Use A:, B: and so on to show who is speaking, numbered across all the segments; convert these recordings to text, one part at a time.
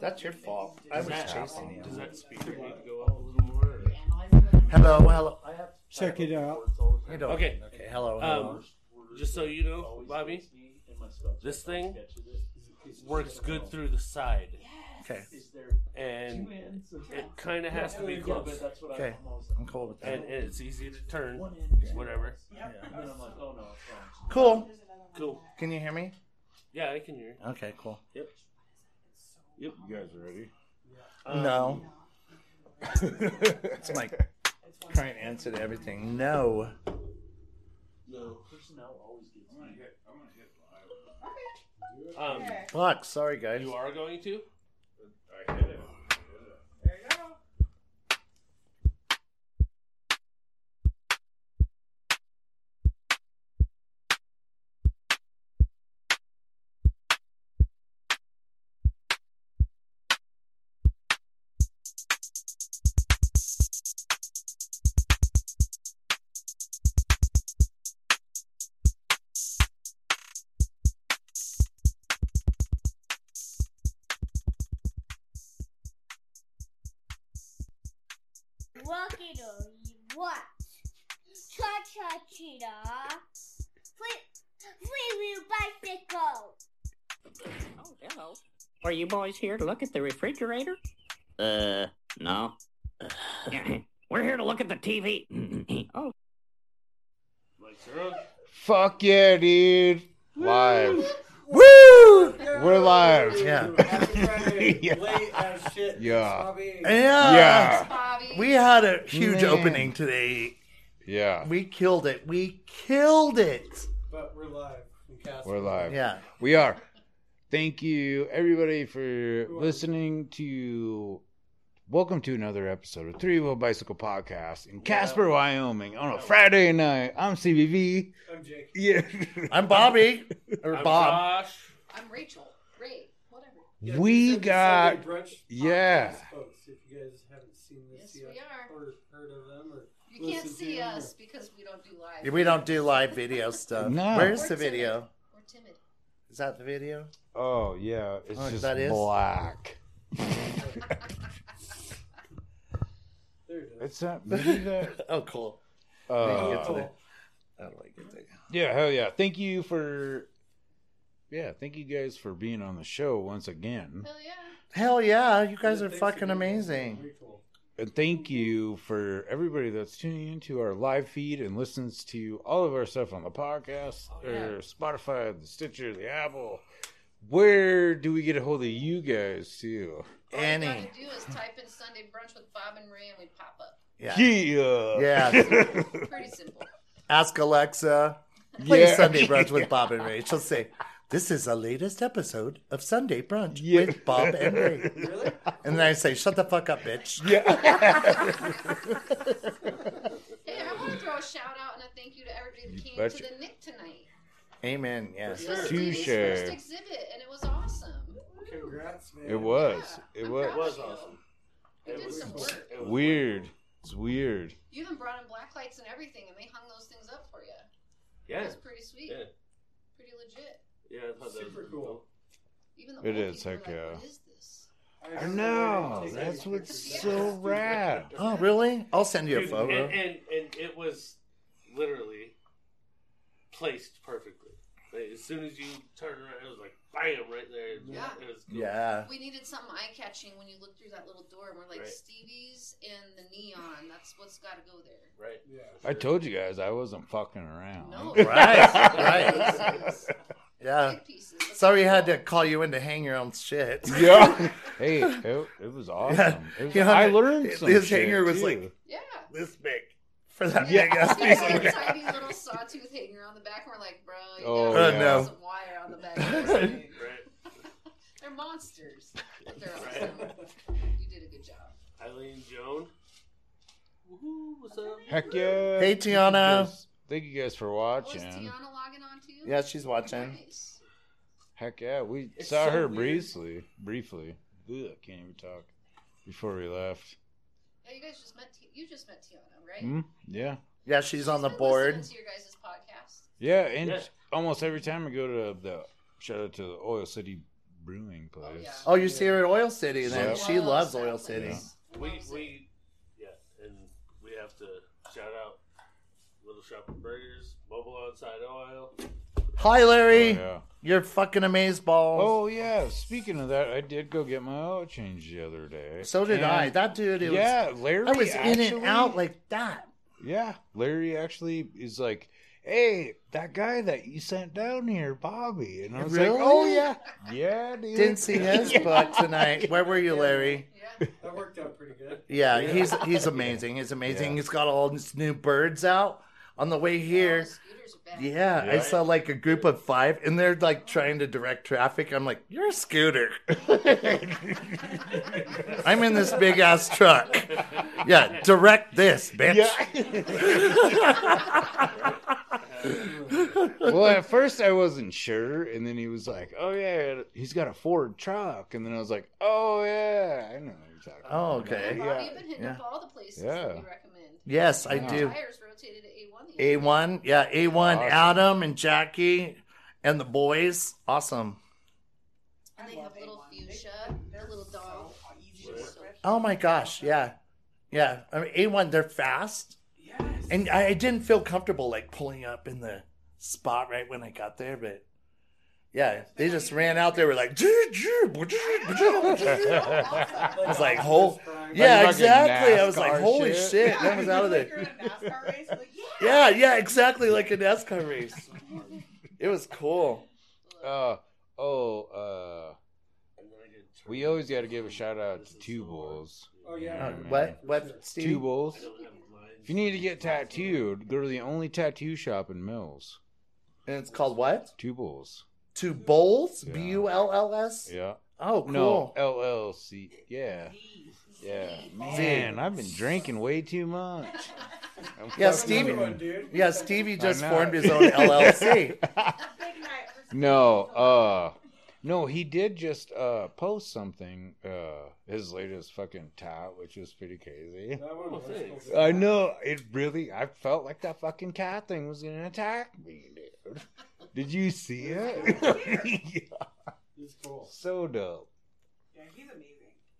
A: That's your fault. I was
B: that-
A: chasing you.
B: Does that speaker need to go up a little more? or-
A: Hello, hello. I have
C: Check it out.
A: you doing?
B: Okay.
A: Okay. Hello. hello.
B: Um, just so you know, Bobby, this thing works good through the side,
A: okay.
B: and it kind of has to be close,
A: Okay. I'm cold with that.
B: and, and it's easy to turn, whatever.
A: Yeah. Cool.
B: Cool.
A: Can you hear me?
B: Yeah, I can hear.
A: Okay. Cool.
B: you. Yep.
D: You guys are ready?
B: Um,
A: no. It's my current answer to everything. No.
B: Um,
A: Fuck. Sorry, guys.
B: you are going to.
E: Rocky Dory, what? Cha Cha Cheetah, Free Free Wheel Bicycle.
F: Oh, hello. Are you boys here to look at the refrigerator? Uh, no. We're here to look at the TV. oh,
B: Like zero.
D: Fuck yeah, dude. Live.
A: Woo!
D: We're live.
A: Yeah.
D: Yeah.
G: Late as shit.
D: Yeah.
G: Bobby.
A: Yeah.
D: Yeah.
H: Bobby.
A: We had a huge
D: Man.
A: opening today.
D: Yeah.
A: We killed it. We killed it.
G: But we're live. in Casper.
D: We're live.
A: Yeah.
D: We are. Thank you, everybody, for listening to. Welcome to another episode of Three Wheel Bicycle Podcast in Casper, Wyoming, on a Friday night. I'm CBV.
G: I'm Jake.
D: Yeah.
A: I'm Bobby or
B: I'm
A: Bob.
B: Josh.
H: I'm Rachel. Ray. Whatever.
G: Yeah,
D: We
G: it's the
D: got.
G: Sunday brunch
D: Yeah.
G: podcast, folks, if you guys haven't seen this
H: Yes,
G: yet
H: we are.
G: or heard of them or
H: You can't
G: Listen to
H: see
G: you.
H: us because we don't do live.
A: We don't do live video stuff.
D: No.
A: Where's the
H: We're timid.
A: video?
H: We're timid.
A: Is that the video?
D: Oh, yeah. It's
A: Oh,
D: just
A: that is?
D: black.
G: there it is.
D: It's not. Maybe that.
A: oh, cool.
D: uh,
A: Get to the- I don't like it.
D: Yeah, hell yeah. Thank you for Yeah, thank you guys for being on the show once again.
H: Hell yeah.
A: Hell yeah, you guys
G: Yeah,
A: are
G: thanks
A: fucking
G: again.
A: amazing.
G: Very cool.
D: And thank you for everybody that's tuning into our live feed and listens to all of our stuff on the podcast
G: Oh,
D: or Spotify, the Stitcher, the Apple. Where do we get a hold of you guys too?
H: All you
A: Annie.
H: gotta do is type in Sunday brunch with Bob and Ray and we pop up.
A: Yeah.
D: Yeah.
A: Yes.
H: Pretty simple.
A: Ask Alexa. Play
D: yeah.
A: Sunday Brunch with Bob and Ray. She'll say, This is the latest episode of Sunday Brunch
D: Yeah.
A: with Bob and Ray. And then I say, Shut the fuck up, bitch.
H: Hey, I want to throw a shout out and a thank you to everybody that
D: You
H: came
D: betcha.
H: to the Nick tonight.
A: Amen. Yes.
H: It was
D: Sure.
H: Steve's
D: Touche.
H: first exhibit and it was awesome.
G: Congrats, man.
D: It was.
H: Yeah,
D: It
H: I'm
D: was.
H: proud
B: was
H: of you.
B: awesome.
H: You did
B: was
H: some work.
B: It was
D: Weird. It's weird.
H: You even brought in black lights and everything and they hung those things up for you.
B: Yeah.
H: That's pretty sweet.
B: Yeah.
H: Pretty legit.
B: Yeah. I thought that was
G: Super
B: pretty
G: cool.
H: Even the
D: It
H: old
D: is,
H: people are
D: heck
H: like,
D: yeah.
H: What is this?
D: I know. That's what's so rad.
A: Oh, really? I'll send you a
B: Dude, and,
A: photo.
B: and and it was literally placed perfectly. Like, as soon as you turn around, it was like bam right there.
H: Yeah.
B: It was cool.
A: Yeah.
H: We needed something eye catching when you look through that little door, and we're like
B: Right.
H: Stevie's and the neon. That's what's got to go there.
B: Right.
G: Yeah.
D: I told you guys I wasn't fucking around.
H: No,
A: Right,
H: right.
A: Yeah.
H: Big pieces. That's
A: Sorry I had
H: cool.
A: to call you in to hang your own shit.
D: Yeah. hey, it, it was awesome. It was-
A: You know,
D: I learned some
A: his
D: shit,
A: hanger was
D: too.
A: like-
H: Yeah.
A: This big. For that
H: Yeah.
A: big ass
H: It's
A: piece
H: got
A: of
H: a tiny little sawtooth hanger on the back, and we're like, bro, you
D: Oh,
H: gotta
A: yeah.
H: put
A: No.
H: some wire on the back. of this thing.
B: Right.
H: They're monsters. But they're
B: Right.
H: awesome. You did a good job.
B: Eileen Joan. Woohoo! What's up?
D: Heck yeah.
A: Hey, Tiana.
D: Thank you guys, thank you guys for
H: Oh, is
D: watching.
H: Tiana logging on to you?
A: Yeah, she's watching.
H: Nice.
D: Heck yeah. We
B: It's
D: saw
B: so
D: her
B: weird.
D: briefly. Briefly. Ugh, can't even talk. Before we left.
H: Yeah, you guys just met. Ti- you just met Tiana, right?
D: Hmm? Yeah.
A: Yeah, she's on the
H: Been listening
A: board.
H: To your guys' podcast.
D: Yeah. And
B: Yeah.
D: almost every time I go to the shout out to the Oil City brewing place.
H: yeah.
A: Oh, you see her at Oil City, then
D: Yep.
A: she loves Oil
H: that
A: City.
H: place.
B: We
H: Loves it.
B: we yeah, and we have to shout out Little Shop of Burgers, Mobile Outside Oil.
A: Hi,
D: Oh,
A: Larry.
D: yeah.
A: You're fucking amazed balls.
D: Oh yeah. Speaking of that, I did go get my oil change the other day.
A: so did
D: And-
A: I. That dude. It
D: yeah, Larry.
A: was, I was in and
D: actually-
A: out like that.
D: Yeah, Larry actually is like, "Hey, that guy that you sent down here, Bobby," and I was
A: Really?
D: like, "Oh yeah, yeah, dude."
A: Didn't see his
D: Yeah.
A: book tonight. Where were you, Larry?
H: Yeah.
G: That worked out pretty good.
A: Yeah, he's he's amazing. He's amazing.
D: Yeah.
A: He's got all his new birds out on the way
H: Oh,
A: here.
H: scooters are back.
A: Yeah, I
D: Yeah.
A: saw like a group of five, and they're like trying to direct traffic. I'm like, you're a scooter. I'm in this big ass truck. Yeah, direct this, bitch.
D: well, at first I wasn't sure, and then he was like, "Oh yeah, he's got a Ford truck," and then I was like, "Oh yeah, I know what you're talking."
A: Oh,
D: about."
A: okay.
H: Bobby,
D: Yeah.
H: you've been hitting
A: yeah.
H: up all the places
D: Yeah.
H: that we recommend.
A: Yes, I
D: Yeah.
A: do.
H: Tires rotated at A1. the other
A: A1, yeah, A1,
D: Awesome.
A: Adam and Jackie and the boys.
H: day.
A: Awesome.
H: And they have little fuchsia, their little dog.
A: Oh my gosh, yeah. Yeah, I mean, A1, they're fast.
G: Yes.
A: And I, I didn't feel comfortable like pulling up in the spot right when I got there, but yeah, they just ran out there. Were like, "Joo, joo, boo, joo, boo, joo, boo, joo."
C: I
A: was like, hol-
G: Prime.
A: yeah,
D: fucking
A: exactly. I was like,
D: NASCAR
A: holy
D: shit.
A: shit, that was out of there. Yeah, yeah, exactly like a NASCAR race. It was cool.
D: Uh, oh, uh,
B: And then I get
D: we always got to give a shout out to Two Bulls.
G: Oh, yeah.
A: Uh,
D: man.
A: what? What? Steve?
D: Two Bulls.
B: I don't have lines.
D: If you need to get tattooed, go to the only tattoo shop in Mills.
A: And it's called what?
D: Two Bulls.
A: Two bowls?
D: Yeah.
A: B U L L S?
D: Yeah.
A: Oh, cool.
D: No, LLC. Yeah. Yeah. Man, I've been drinking way too much. I'm
A: Yeah,
D: fucking-
A: Stevie-
G: Another one, dude.
A: Yeah, Stevie just
D: I know.
A: formed his own LLC.
D: No, uh, no, he did just uh post something, uh, his latest fucking tot, which was pretty crazy.
G: That one
B: Oh,
G: was
B: thanks.
G: cool.
D: I know it really. I felt like that fucking cat thing was gonna attack me, dude. Did you see it? Yeah,
G: It's cool.
D: So dope.
C: Yeah, he's amazing.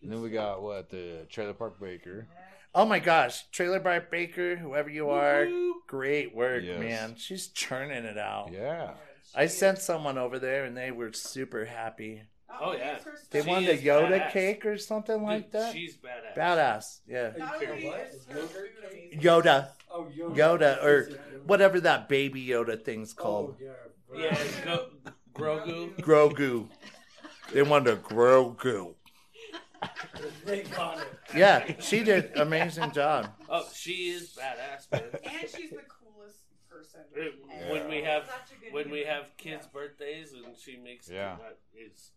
D: And then we got what the Trailer Park Baker.
A: Oh my gosh, Trailer Park Baker, whoever you are, great work,
D: Yes.
A: man. She's churning it out.
D: Yeah.
A: I sent someone over there, and they were super happy.
B: Oh, yeah.
A: They
B: She
A: wanted a
B: is
A: Yoda
B: badass.
A: cake or something
B: Dude,
A: like that.
B: She's badass.
A: Badass, yeah.
C: Not
G: You
C: only
G: know what?
C: is her
G: Yogurt
C: food
G: cake?
C: amazing.
A: Yoda,
G: Oh, Yoda.
A: Yoda, or whatever that baby Yoda thing's
G: Oh,
A: called.
G: yeah.
B: Yeah, Go- Grogu.
A: Grogu. They wanted a Grogu.
G: They got it.
A: Yeah, she did amazing job.
B: Oh, she is badass, man.
C: And she's the coolest person.
B: It-
C: And
B: When we have
C: such a good
B: when we
C: human.
B: have kids' birthdays and she makes
D: Yeah.
B: that it's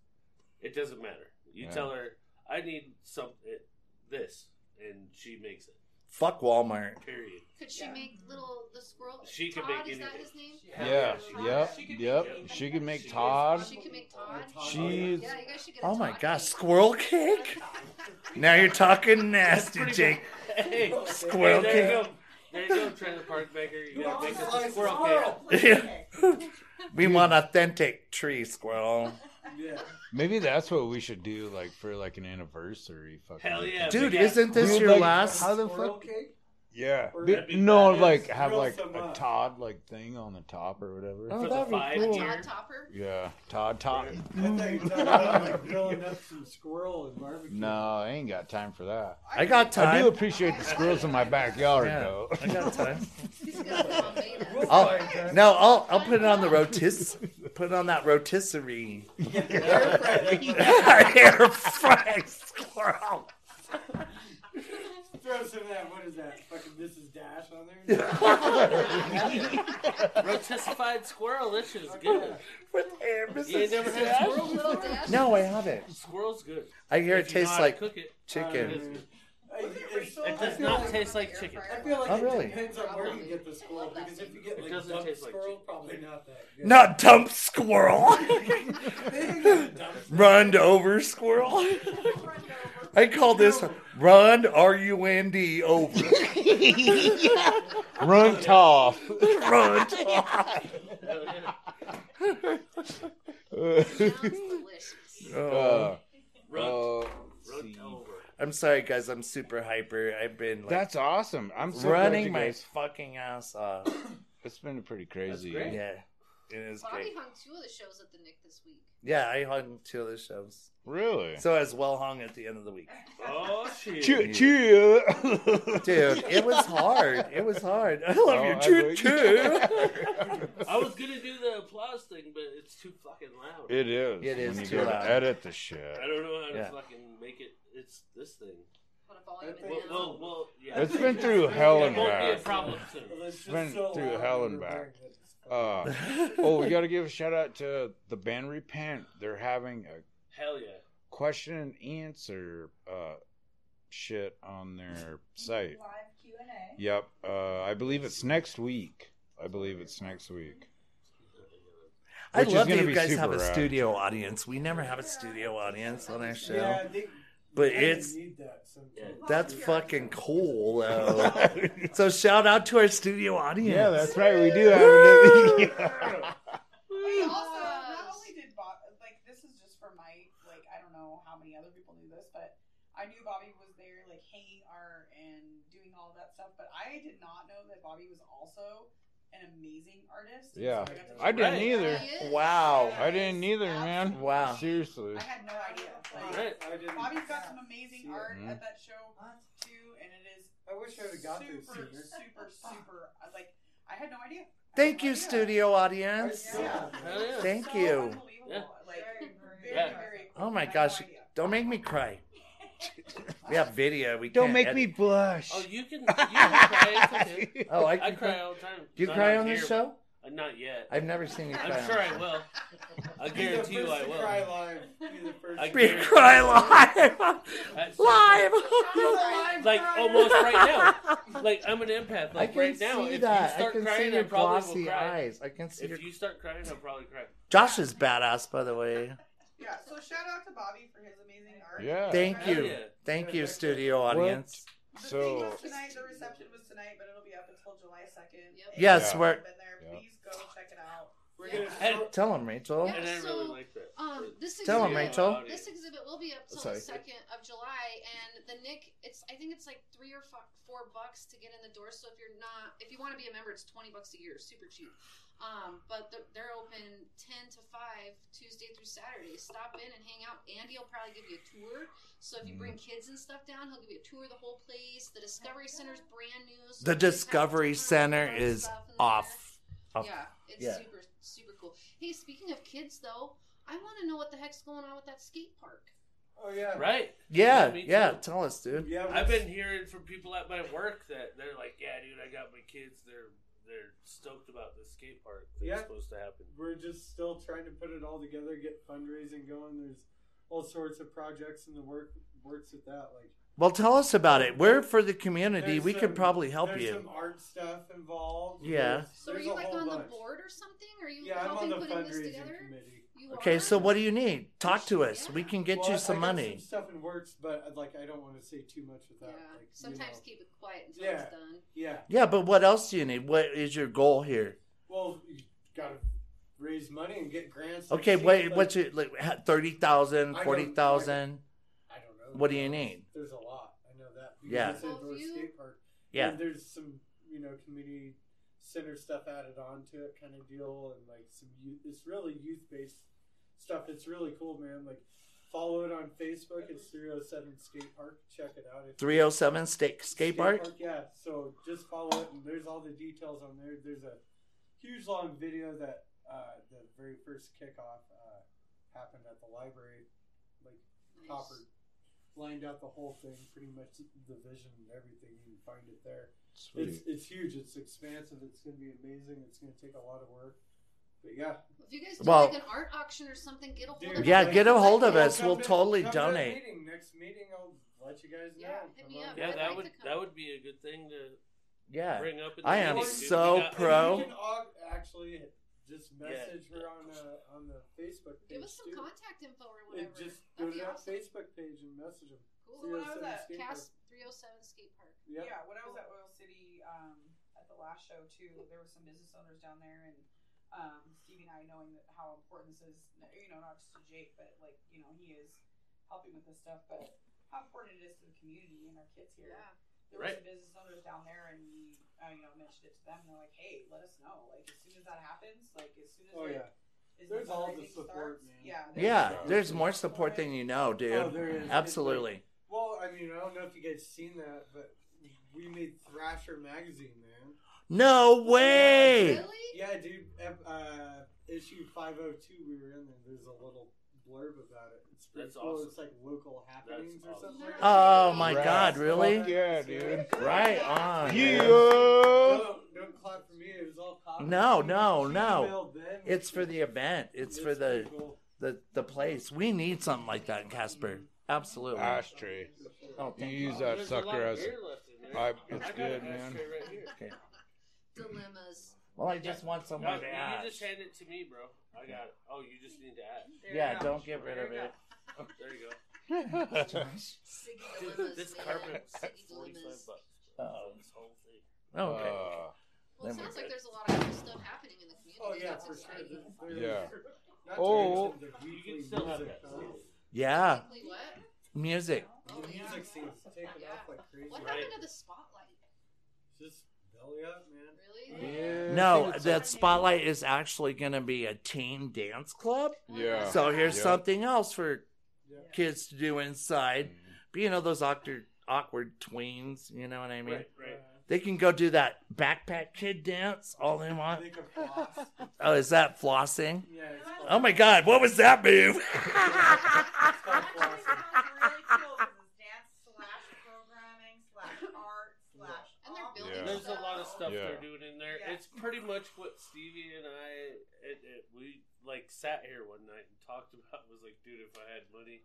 B: it doesn't matter. You
D: Yeah.
B: tell her I need some it- this and she makes it.
A: Fuck Walmart.
B: Period.
H: Could she
C: Yeah.
H: make little the squirrel?
B: She can
H: Todd,
B: make
H: is that
B: anything.
H: his name?
D: Yeah.
B: She-
D: Yep.
C: She could
D: Yep.
C: make-
D: She could make
C: she could-
D: Todd.
H: She can make Todd.
D: She's
H: Yeah, you guys should get a
A: Oh my
H: Todd
A: gosh,
H: cake.
A: squirrel cake? Now you're talking nasty, Jake.
B: Hey, hey,
A: Squirrel
B: there you
A: cake.
B: go. There you go, Trailer Park Baker. You gotta make us a
G: Slice
B: squirrel
G: tomorrow.
B: cake.
A: We want authentic tree squirrel.
G: Yeah.
D: Maybe that's what we should do, like for like an anniversary. Fucking
B: Hell yeah.
A: Dude,
B: big ass-
A: isn't this
D: Dude,
A: your
D: like,
A: last?
D: How the
G: Squirrel
D: fuck?
G: cake?
D: Yeah.
G: Or-
D: Be-
B: That'd be
D: no,
B: badass.
D: like have
G: Grill
D: like
G: some uh,
D: a
G: up.
D: Todd like thing on the top or whatever.
A: Oh,
B: for the
A: that'd be
B: five
A: cool.
H: Todd
B: year?
H: Topper.
D: Yeah, Todd Todd.
G: I thought you were talking about like grilling up some squirrel and barbecue.
D: No, I ain't got time for that.
A: I got
D: I do
A: time.
D: appreciate the squirrels in my backyard
A: Yeah.
D: though.
A: I got time.
H: He's got a Bombay nuts.
G: We'll
A: I'll-
G: find that.
A: No, I'll I'll put it on the rotis. Put it on that rotisserie.
G: Air fry that.
A: Air fried squirrel.
G: Throw some of that. What is that? Fucking this is Dash on there.
B: Rotisified squirrel, this shit's good.
A: With air,
B: You ain't never
A: Mrs.
B: had squirrel
H: Little
B: before?
H: dash.
A: No, I haven't.
B: Squirrel's good.
A: I hear it
B: If you know
A: tastes
B: how to
A: like
B: cook it. Uh,
A: chicken.
G: I, it's-
B: It
G: I
B: does
G: feel
B: not
G: like-
B: taste like
H: Air
B: chicken.
G: I
H: fryer.
G: feel like
A: Oh,
G: it
A: really?
G: depends on where you get the squirrel because if you get
B: It
G: like
B: doesn't
G: dump
B: taste like
G: squirrel,
B: chicken.
G: probably not that good.
A: Not dump squirrel. Run over squirrel. I call this run R U N D over.
D: Runt off.
A: Run.
H: Sounds delicious.
A: Oh.
B: Runt.
D: uh,
B: Runt
D: see.
B: over.
A: I'm sorry, guys. I'm super hyper. I've been like
D: That's awesome. I'm so
A: running
D: running
A: my
D: guys.
A: fucking ass off.
D: It's been pretty crazy.
B: great.
A: yeah, it is
H: Bobby
A: great.
H: hung two of the shows at the Nick this week.
A: Yeah, I hung two of the shows,
D: Really?
A: so I was well hung at the end of the week.
B: Oh shit.
D: Cheer, cheer.
A: Dude, it was hard. It was hard. I
D: Oh,
A: love
D: I
A: you,
D: know
A: choo
D: you-
A: choo.
B: I was gonna do the applause thing, but it's too fucking loud.
D: it is.
A: It is
D: When you
A: too
D: go to
A: loud.
D: edit the shit.
B: I don't know how to
A: Yeah.
B: fucking make it. It's this thing.
H: Put a volume
G: I
H: it
B: Well,
G: think-
H: down.
B: well, well yeah.
D: It's been through hell
B: it
D: and
B: won't be a
D: back.
B: problem soon.
D: Been through hell and back. Uh, oh,
A: oh,
D: we got to give a shout out to the band Repent. They're having a
B: Hell yeah.
D: question and answer uh, shit on their site.
C: Live Q and A.
D: Yep. Uh, I believe it's next week. I believe it's next week.
A: I
D: Which is
A: love that
D: gonna
A: you
D: be
A: guys
D: super
A: have a
D: rad.
A: studio audience. We never have a studio audience on our show.
G: Yeah, I think
A: But
G: I think
A: it's-
G: you need that sometimes.
B: Yeah.
A: That's fucking cool, though. so shout out to our studio audience.
D: Yeah, that's right. We do have it.
C: And also, not
H: Yes.
C: only did Bob, like, this is just for my, like, I don't know how many other people knew this, but I knew Bobby was there, like, hanging art and doing all that stuff, but I did not know that Bobby was also an amazing artist. So
D: Yeah.
C: got to-
D: I didn't
B: Right.
D: either.
H: He is.
A: Wow.
D: I didn't either, man.
A: Wow.
D: Seriously.
C: I had no
G: I
C: idea. Like,
B: Right.
G: didn't- I didn't-
C: Bobby's got some amazing
G: Yeah.
C: art
A: Mm-hmm.
D: Mhm.
C: at that show, too, and it is
G: I wish I would have got
C: super,
G: this sooner.
C: super, super, I- like, I had no idea. I had
A: Thank
C: no
A: you,
C: idea.
A: studio
G: I
A: audience.
G: still
C: Yeah.
G: have
B: Hell
G: it.
B: yeah.
A: Thank
C: So
A: you.
C: unbelievable.
B: Yeah.
C: Like, very,
B: Yeah.
C: very cool.
A: Oh my
C: I had no
A: gosh.
C: idea.
A: Don't make me cry. We have video. We
D: Don't
A: can't
D: make me
A: edit.
D: blush.
B: Oh, you can, you can cry. It's okay.
A: Oh, I,
B: I
A: can
B: cry all the time.
A: Do you
B: Not
A: cry on
B: here,
A: this show?
B: but- uh, Not yet.
A: I've never seen you cry.
B: I'm
A: on this
B: sure I
A: show.
B: will. I
G: Be the
B: guarantee you
G: first
B: I
G: to Cry
B: will.
G: live. Be the first
B: I
G: to-
A: Be cry live,
B: At some
A: live.
B: point, Like almost right now. Like I'm an empath.
A: I
B: Like
A: can
B: right now,
A: see
B: if
A: that.
B: you
A: I
B: start
A: can
B: crying,
A: see your
B: I probably will
A: glossy
B: cry.
A: eyes. I can see your.
B: If you start crying, I'll probably cry.
A: Josh is badass, by the way.
C: Yeah, so shout out to Bobby for his amazing art.
D: Yeah.
A: Thank
B: Hell
A: you,
B: yeah.
A: thank you, studio audience.
C: The
D: So-
C: thing was tonight, the reception was tonight, but it'll be up until July 2nd.
H: Yep.
C: And
A: Yes,
C: if you
A: we're-
C: haven't Been there,
D: Yeah.
C: Please go check it out.
G: We're gonna
B: And,
G: throw-
A: Tell him, Rachel.
H: Yeah,
B: and I
H: so,
B: really like that.
H: Um, this
A: Tell 'em,
H: exhibit,
A: Rachel.
H: This exhibit will be up till
A: Sorry.
H: the second of July, and the Nick, it's I think it's like three or fo- four bucks to get in the door. So if you're not, if you want to be a member, it's twenty bucks a year, super cheap. Um, but th- they're open ten to five Tuesday through Saturday. Stop in and hang out. Andy will probably give you a tour. So if you bring
A: Mm.
H: kids and stuff down, he'll give you a tour of the whole place. The Discovery Center's brand new. so you can
A: The
H: have a
A: Discovery
H: ton of
A: Center
H: fun
A: is
H: stuff in there.
A: off. up.
H: Yeah, it's
A: Yeah.
H: super super cool. Hey, speaking of kids though, I want to know what the heck's going on with that skate park.
G: Oh yeah.
B: Right.
A: Yeah,
B: Yeah, me
A: yeah.
B: too.
A: Tell us, dude.
G: Yeah.
B: I've
G: we're-
B: been hearing from people at my work that they're like, "Yeah, dude, I got my kids. They're they're stoked about the skate park that's
G: Yeah.
B: supposed to happen."
G: We're just still trying to put it all together, get fundraising going. There's all sorts of projects in the work works with that. Like
A: Well, tell us about it. We're for the community.
G: there's
A: We
G: some-
A: could probably help
G: there's
A: you.
G: Some art stuff involved.
A: Yeah.
G: There's-
H: So
G: there's
H: are you
G: a
H: like
G: whole
H: on
G: bunch.
H: the board or something? Are you
G: Yeah, I'm on
H: helping
G: the
H: putting this
G: fundraising
H: together?
G: committee.
H: You
A: Okay,
H: are?
A: so what do you need? Talk to us. We can get
G: Well, I-
A: you some
G: I got
A: money.
G: Some stuff in works, but I'd like I don't want to say too much with
H: Yeah.
G: that. Like, you
H: Sometimes
G: know.
H: keep it quiet until
G: Yeah.
H: it's done.
G: Yeah.
A: Yeah, but what else do you need? What is your goal here?
G: Well, you gotta raise money and get grants.
A: Okay,
G: Like,
A: wait,
G: like,
A: what's your like ha- 30,000,
G: I don't-
A: 40,000?
G: I don't know.
A: what do you need?
G: There's a lot. I know that. because
A: Yeah.
G: It's
H: Well, if
G: indoor
H: you-
G: skate park.
A: Yeah.
G: And there's some, you know, community center stuff added on to it, kind of deal, and like some youth. It's really youth based stuff. It's really cool, man. Like follow it on Facebook. It's 307 Skate Park. Check it out. It's
A: 307 Skate Skate Park?
G: Yeah. So just follow it, and there's all the details on there. There's a huge long video that uh, the very first kickoff uh, happened at the library, like
H: Nice.
G: Copper lined out the whole thing, pretty much the vision and everything. You can find it there. It's it's huge. It's expansive. It's going to be amazing. It's going to take a lot of work, but yeah.
H: If you guys do
A: Well-
H: like an art auction or something, get a hold
G: Dude,
H: of
A: Yeah,
H: us.
A: get a hold of
G: Well,
A: us.
G: come
A: We'll
G: to-
A: totally
G: come to the
A: donate.
G: meeting. Next meeting, I'll let you guys know.
H: Yeah, hit
G: Come
H: me
G: on
H: up. I'd
B: Yeah,
G: down.
B: that
H: like
B: would
H: to come.
B: that would be a good thing to
A: Yeah.
B: bring up. In
A: I
B: the
A: am
B: meeting, dude. We
A: so
B: got-
A: pro.
G: You can all actually just message her on uh, on the Facebook page.
H: Give us some
G: too.
H: contact info or
G: And
H: whatever.
G: just go
H: That'd
G: to
H: be
G: that
H: awesome.
G: Facebook page and message them.
C: So
H: Cool.
C: when I was at
G: Skate
H: Cast 307 Skate Park.
G: Yep.
C: Yeah, when I was at Oil City um, at the last show too, there were some business owners down there, and um, Steve and I knowing that how important this is, you know, not just to Jake, but like you know, he is helping with this stuff, but how important it is to the community and our kids here.
H: Yeah.
C: There
B: Right.
C: were some business owners down there, and we, uh, you know, mentioned it to them. And they're like, "Hey, let us know. Like as soon as that happens, like as soon as
G: Oh,
C: like,
G: yeah.
C: as
G: There's all the
C: fundraising
G: support,
C: starts,
G: man.
C: Yeah,
A: Yeah,
G: Yeah.
A: there's more support than you know, dude.
G: Oh, there is.
A: Absolutely.
G: Well, I mean, I don't know if you guys seen that, but we made Thrasher magazine, man.
A: No way.
H: Really?
G: Yeah, dude. ep- Uh, issue five hundred two, we were in there. There's a little blurb about it. It's pretty
B: That's
G: cool.
B: awesome.
G: It's like local happenings or
B: awesome.
G: something. like that.
A: Oh my
D: Right.
A: God, really?
D: Fuck yeah, dude.
A: Right on.
D: Yeah.
A: man.
G: Don't, don't clap for me. It was all copies.
A: No, no,
G: She
A: no.
G: emailed them.
A: It's for the event. It's for the
G: pretty cool.
A: the the place. We need something like that in Casper. Absolutely.
G: Ah,
D: Ashtray.
A: Oh,
D: You
A: thank
D: use
A: you.
D: that
B: There's a lot
D: sucker
B: of
D: as
B: beer left in there.
D: I,
B: I
D: it's
B: got
D: good,
B: an
D: man.
B: ashtray right here.
H: Dilemmas.
A: Well, I just want
B: No,
A: someone to
B: you
A: ask.
B: just hand it to me, bro. I got it. Oh, you just need to add. oh,
H: There
A: Yeah,
H: you go.
A: don't get rid of it.
B: There you go.
H: Siggy dilemmas.
B: this
H: man.
B: carpet was
H: Siggy
B: forty-five
H: dilemmas.
B: bucks.
A: Oh.
B: This whole thing.
A: Oh, okay.
D: Uh,
H: Well, it
A: Then we're
H: sounds like
A: good.
H: there's a lot of cool stuff happening in the community.
G: Oh yeah,
H: That's
G: for sure.
H: exciting.
G: There's- not
D: Yeah.
G: to
D: Oh.
G: mention the
B: You
G: weekly
B: can still have
G: music
B: that.
G: festival.
A: yeah,
H: Weekly What?
A: music.
H: Oh,
G: The
H: yeah.
G: music scene's taking
H: Yeah.
G: off like crazy.
H: What
B: Right.
H: happened to the spotlight?
G: Just belly up, man.
H: Really?
D: yeah.
A: No,
D: I think
A: that spotlight is actually going to be a teen dance club.
H: Uh,
D: Yeah.
A: So here's
D: Yeah.
A: something else for
G: Yeah.
A: kids to do inside.
D: it's-
A: But you know those awkward, awkward tweens. You know what I mean?
B: Right, right.
A: They can go do that backpack kid dance all they
G: Uh,
A: want.
G: think of floss.
A: Oh, is that flossing?
G: Yeah. It's called-
A: Oh my God, what was that move?
G: It's called
C: Actually,
G: flossing.
C: sounds really cool 'cause it's dance slash programming slash art slash
H: And they're
C: all-
H: building
D: Yeah.
B: There's a lot of stuff
D: Yeah.
B: they're doing in there.
C: Yeah.
B: It's pretty much what Stevie and I it, it, we like sat here one night and talked about was like, dude, if I had money,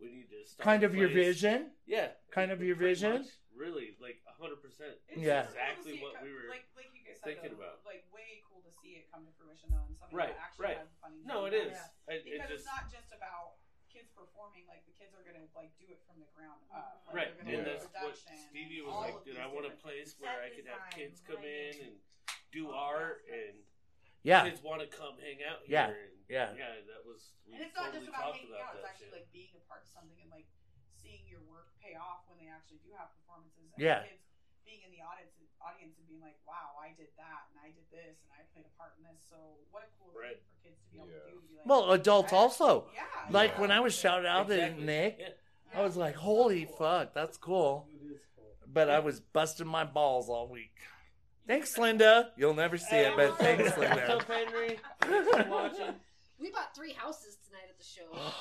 B: we need to start
A: kind
B: a
A: of your
B: place.
A: vision.
B: Yeah,
A: Kind of your
B: pretty
A: vision?
B: much. really, like hundred percent.
C: It's
A: Yeah.
C: just cool to
B: exactly
C: see it
B: what
C: come-
B: we were.
C: like, like you guys said,
B: thinking
C: though,
B: about.
C: Like way cool to see it come to fruition though, and something
B: Right,
C: that actually
B: right.
C: has funny.
B: no, it
C: things
B: is.
C: on
B: It, it
C: because
B: just
C: it's not just about kids performing. Like the kids are gonna like do it from the ground up. Like,
B: right,
C: they're
B: and
D: Yeah.
C: gonna do
B: that's what
C: production and
B: Stevie was
C: all
B: like,
C: of
B: dude.
C: these
B: I want a
C: different
B: place
C: things.
B: where I
I: Set
B: could have
I: design,
B: kids come in
I: lighting.
B: and do
I: All
C: oh,
B: art
I: that
B: and
A: Yeah.
B: kids want to come hang out here.
A: Yeah,
B: and,
A: yeah.
B: yeah. That was we
C: And it's not
B: totally
C: just
B: talked
C: about hanging
B: about
C: out; it's
B: that shit.
C: actually like being a part of something and like seeing your work pay off when they actually do have performances. And
A: Yeah.
C: the kids being in the audience, audience and being like, "Wow, I did that, and I did this, and I played a part in this." So what a cool
B: Right.
C: thing for kids to be able
D: Yeah.
C: to do. To be like,
A: Well, adults
C: "I actually-
A: also.
C: Yeah.
A: Like
C: yeah.
A: when I was shouted out
B: Exactly.
A: at Nick,
B: Yeah.
A: I was like, holy fuck, that's cool.
G: It is cool.
A: But I was busting my balls all week. Thanks, Linda. You'll never see it, but thanks, Linda.
B: What's up, Henry? Thanks for watching.
H: We bought three houses tonight at the show.
C: Yeah.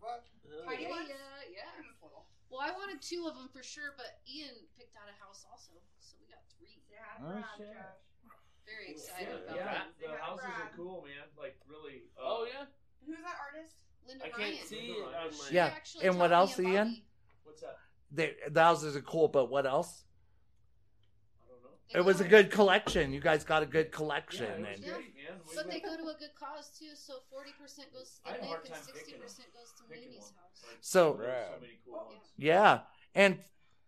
H: Party,
C: Tiny
H: yeah,
C: ones?
H: yeah.
C: Just little.
H: Well, I wanted two of them for sure, but Ian picked out a house also, so we got three.
I: Yeah,
D: Oh,
I: Rob,
D: shit.
I: Josh.
H: Very
B: Yeah,
H: excited about
B: yeah.
H: that.
I: They
B: The
I: got
B: houses are
I: Brad.
B: cool, man. Like really. oh yeah.
C: Who's that artist?
H: Linda
B: I
H: Ryan.
B: can't see it on my.
H: She
A: Yeah.
H: actually
A: and what
H: taught me
A: else,
H: and
A: Ian?
H: Bobby.
B: What's that?
A: They, the houses are cool, but what else?
B: I don't know.
H: They
A: It was
H: go-
A: a good collection. You guys got a good
B: Yeah, it
A: collection.
B: was
A: And
H: Yeah.
B: great, man. We
H: But they
B: went-
H: go to a good cause too, so forty percent goes
B: I
H: to
B: had a
H: the
B: hard
H: Nick and
B: time
H: sixty
B: picking them.
H: percent goes to
B: Picking
H: Mooney's
B: one.
H: house.
B: Like,
A: So-
B: there's so
D: Brad.
B: many cool ones.
A: yeah. And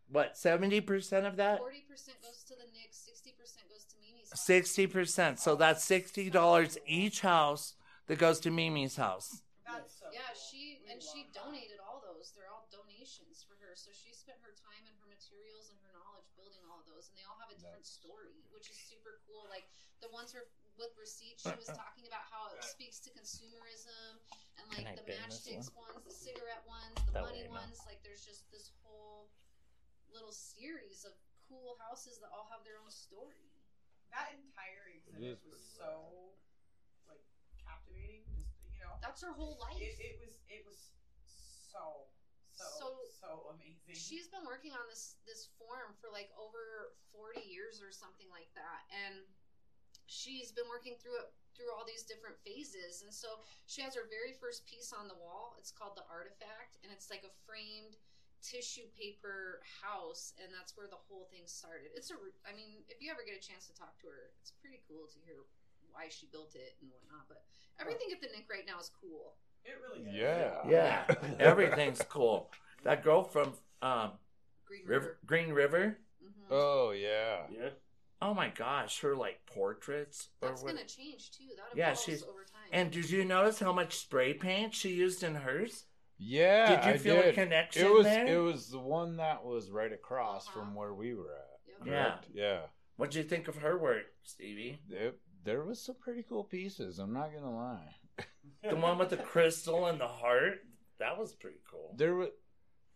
A: what, 70% of that?
H: Forty percent goes to the Nick, sixty percent goes to Mimi's house.
A: 60%. So that's $60 each house that goes to Mimi's house.
C: That's so
H: Yeah,
C: cool.
H: she
C: We
H: and she
C: love that.
H: donated all those. They're all donations for her. So she spent her time and her materials and her knowledge building all of those, and they all have a different story, which is super cool. Like the ones were with receipts, she was talking about how it speaks to consumerism and like
A: Can I
H: the
A: bend this
H: matchsticks ones, the cigarette ones, the
A: That
H: money
A: way, no.
H: ones. Like there's just this whole little series of cool houses that all have their own story.
C: That entire
D: is
C: exhibit
D: pretty
C: was so like captivating. Just you know,
H: That's her whole life.
C: it, it was it was so so so,
H: So-
C: amazing.
H: She's been working on this this form for like over 40 years or something like that and she's been working through it through all these different phases and so she has her very first piece on the wall. It's called the artifact and it's like a framed tissue paper house and that's where the whole thing started. It's a re- I mean, if you ever get a chance to talk to her, it's pretty cool to hear why she built it and whatnot, but everything at the Nick right now is cool.
C: it really is.
D: Yeah.
A: Yeah. Everything's cool. That girl from um,
H: Green River.
A: River, Green River.
H: Mhm.
D: Oh yeah.
B: Yeah.
A: Oh my gosh, her like portraits or
H: That's
A: what?
H: gonna change too. That
A: Yeah,
H: evolves
A: she's-
H: over time.
A: And did you notice how much spray paint she used in hers?
D: Yeah,
A: did you
D: I
A: feel a
D: did.
A: connection
D: It was
A: there?
D: it was the one that was right across
H: Uh-huh.
D: from where we were at.
H: Yep.
A: Yeah.
D: correct? yeah.
A: What would you think of her work, Stevie?
D: It, there was some pretty cool pieces. I'm not gonna lie.
A: The one with the crystal and the heart? That was pretty cool.
D: There was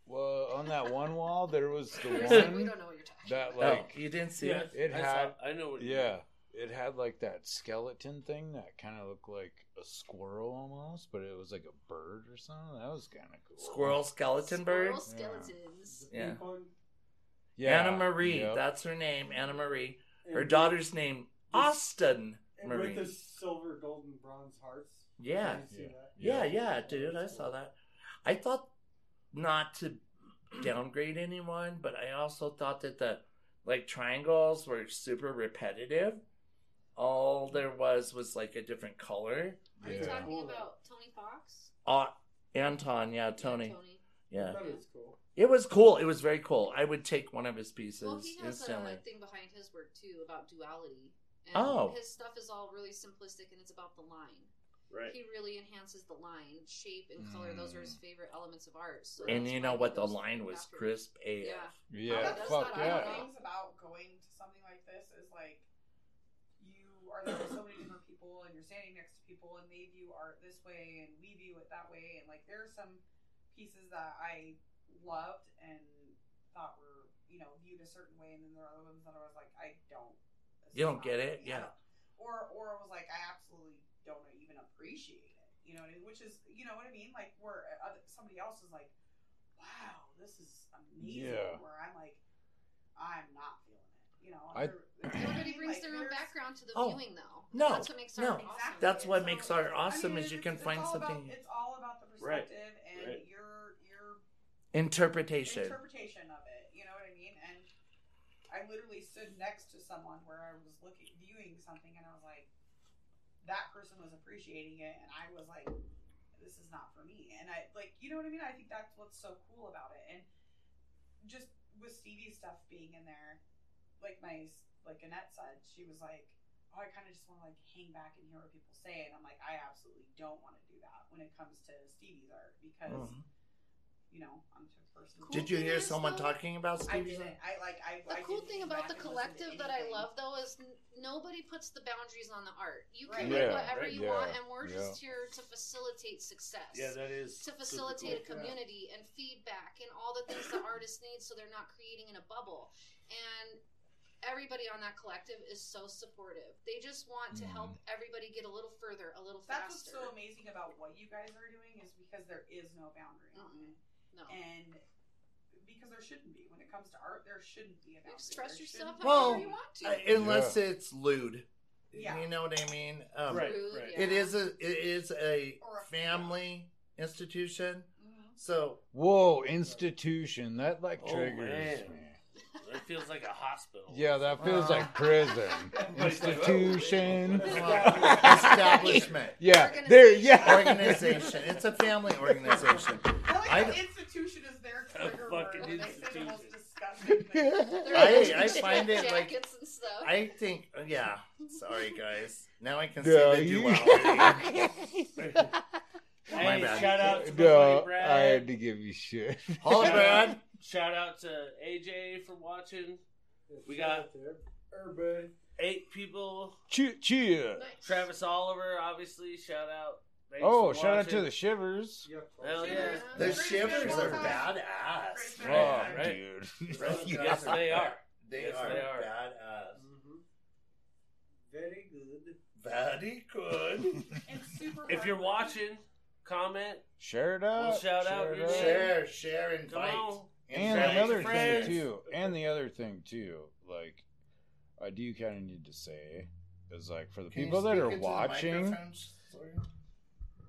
D: well on that one wall. There was the
H: It's like, we
D: one
H: don't know what you're talking
D: that
H: about.
A: Oh,
D: like
A: you didn't see
B: Yeah,
A: it?
D: it
B: I
D: had-
B: Saw, I know what. you mean.
D: yeah. It had like that skeleton thing that kind of looked like a squirrel almost, but it was like a bird or something. That was kind of cool.
A: Squirrel skeleton bird?
H: Squirrel
D: Yeah.
H: skeletons.
A: Yeah.
G: Pink one.
A: Anna Marie.
D: yep.
A: That's her name, Anna Marie.
G: And
A: Her
G: with-
A: daughter's name, Austin
G: and
A: Marie.
G: with the silver, gold, and bronze hearts.
A: Yeah.
G: Did you see that?
A: Yeah, yeah, dude, I saw that. I thought not to downgrade anyone, but I also thought that the like triangles were super repetitive. All there was was like a different color.
H: Are you
D: Yeah.
H: talking about Tony Fox?
A: Uh, Anton, yeah, Tony,
H: Tony.
A: yeah,
G: That is cool.
A: it was cool. It was very cool. I would take one of his pieces
H: Well, he has
A: instantly.
H: a thing behind his work too about duality. And
A: Oh.
H: His stuff is all really simplistic and it's about the line.
B: Right.
H: He really enhances the line, shape, and color. Those are his
D: Mm.
H: favorite elements of art. So
A: And
H: that's
A: you know
H: why he
A: what? The
H: goes
A: line was
H: after-
A: crisp AF.
H: Yeah.
D: Yeah,
H: Oh,
C: that's
D: fuck
H: not-
C: one
D: yeah.
C: of the things about going to something like this is like you are there with so many different people and you're standing next to people and they view art this way and we view it that way and like there are some pieces that I loved and thought were you know viewed a certain way and then there are other ones that I was like I don't. this
A: You
C: is
A: don't
C: not
A: get
C: for
A: it?
C: me. I
A: Yeah.
C: don't- Or or was like I absolutely don't even appreciate it. You know what I mean? Which is you know what I mean? Like where other, somebody else is like, wow, this is amazing.
D: Yeah.
C: Where I'm like. I'm not feeling it. You know,
D: I-
C: There- there-
H: Everybody
C: like,
H: brings their own
C: there's-
H: background to the
A: Oh,
H: viewing, though.
A: no,
H: That's what makes art
A: no.
H: awesome.
C: Exactly.
A: That's what
C: So-
A: makes art
C: I
A: awesome
C: mean,
A: is you
C: it's-
A: can
C: it's
A: find
C: all about-
A: something
C: it's all about the
B: Right.
C: perspective and
B: Right.
C: your your
A: interpretation.
C: interpretation of it. You know what I mean? And I literally stood next to someone where I was looking viewing something, and I was like, that person was appreciating it, and I was like, this is not for me. And I like, you know what I mean? I think that's what's so cool about it. And just with Stevie's stuff being in there, like my like Annette said, she was like, "Oh, I kind of just want to like hang back and hear what people say," and I'm like, I absolutely don't want to do that when it comes to Stevie's art because
A: Mhm.
C: you know I'm the type of person. who-
H: Cool
A: Did you
H: thing
A: hear
H: is,
A: someone
H: though,
A: talking about
C: I
A: Stevie?
C: didn't. I like. I.
H: The
C: I
H: cool
C: didn't
H: thing
C: hang
H: about
C: back
H: the
C: and listen to
H: collective that I
C: anything.
H: love, though, is n- nobody puts the boundaries on the art. You
C: Right.
H: can
D: Yeah,
H: do whatever
B: right,
H: you
D: yeah,
H: want, and we're
D: yeah.
H: just here to facilitate success.
B: Yeah, that is
H: to
B: super
H: facilitate a
B: cool.
H: community and feedback and all the things that artists need so they're not creating in a bubble. And everybody on that collective is so supportive. They just want to help
D: Mm.
H: everybody get a little further, a little
C: That's what's
H: faster.
C: so amazing about what you guys are doing is because there is no boundary on
H: Mhm.
C: it.
H: no.
C: and because there shouldn't be when it comes to art, there shouldn't be a boundary.
H: Express
C: There
H: yourself
C: shouldn't-
H: however
A: Well,
H: you want to.
A: Uh, unless it's lewd.
C: Yeah.
A: You know what I mean? Um,
B: Right,
H: Rude,
B: right.
H: yeah.
A: It is a it is a
C: Or a-
A: family institution.
C: Mhm.
A: So
D: Whoa, institution that like
B: Oh,
D: triggers
B: man.
D: me.
B: That feels like a hospital.
D: Yeah, that feels like prison. Institution.
A: establishment,
D: Yeah, there. Yeah,
A: organization. It's a family organization.
C: I like
A: I
C: how
A: d-
C: institution is their trigger
B: fucking
C: word. It makes it the most
B: institution.
C: disgusting thing.
H: They're
A: I-
H: all
A: I
H: in
A: find it, like,
H: jackets and stuff.
A: I think, yeah. Sorry, guys. Now I can see
D: No,
A: the
D: you-
A: duality. My
B: Hey,
A: bad.
B: shout out to
D: no,
B: my buddy
D: I had
B: Brad.
D: to give you shit.
A: Holla, Brad.
B: Shout out to AJ for watching. We got-
G: there. Urban.
B: Eight people.
D: Cheer, cheer.
H: Nice.
B: Travis Oliver, obviously. Shout out. Thanks for
D: Oh, shout out to
B: watching.
D: the Shivers.
G: Yep.
B: Hell yeah.
A: Oh, The
C: Pretty good
A: shivers are
C: one.
A: badass.
D: Oh,
C: Pretty good one.
B: Right, right.
D: dude.
A: Right,
B: Yes, they are.
A: They
B: Yes,
A: are
B: they are.
A: badass.
G: Mhm. Very good.
A: Very good.
C: It's super
B: If you're
C: heartbreaking.
B: watching, comment.
D: Share it up.
B: We'll shout out
D: share it
B: your
D: up.
B: name.
A: share, share,
B: Come
A: invite.
B: on.
D: And
B: Friends,
A: Invite
D: another
A: your
D: thing
B: friends.
D: too. And the other thing too. Like, I do kind of need to say is like for the
A: Can you
D: people that
A: speak
D: are
A: into the
D: watching,
A: microphone, sorry?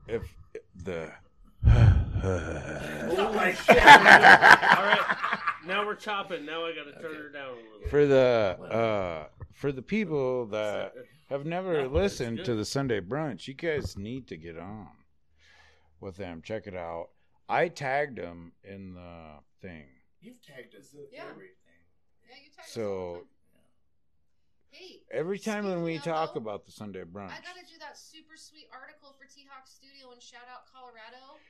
D: if the
A: Oh my
B: All right. Now we're chopping. Now I got to turn
A: Okay.
B: her down a little.
D: for the uh for the people that have never
B: No, it's
D: listened
B: good.
D: to the Sunday brunch, you guys need to get on with them. Check it out. I tagged them in the thing.
A: You've tagged us in
H: Yeah.
A: everything.
H: Yeah, you tag us all the
D: So
H: time. Hey, Hey,
D: Every time when we
H: Speaking of
D: talk
H: though,
D: about the Sunday brunch,
H: I gotta do that super sweet article for T Hawk Studio and shout out Colorado.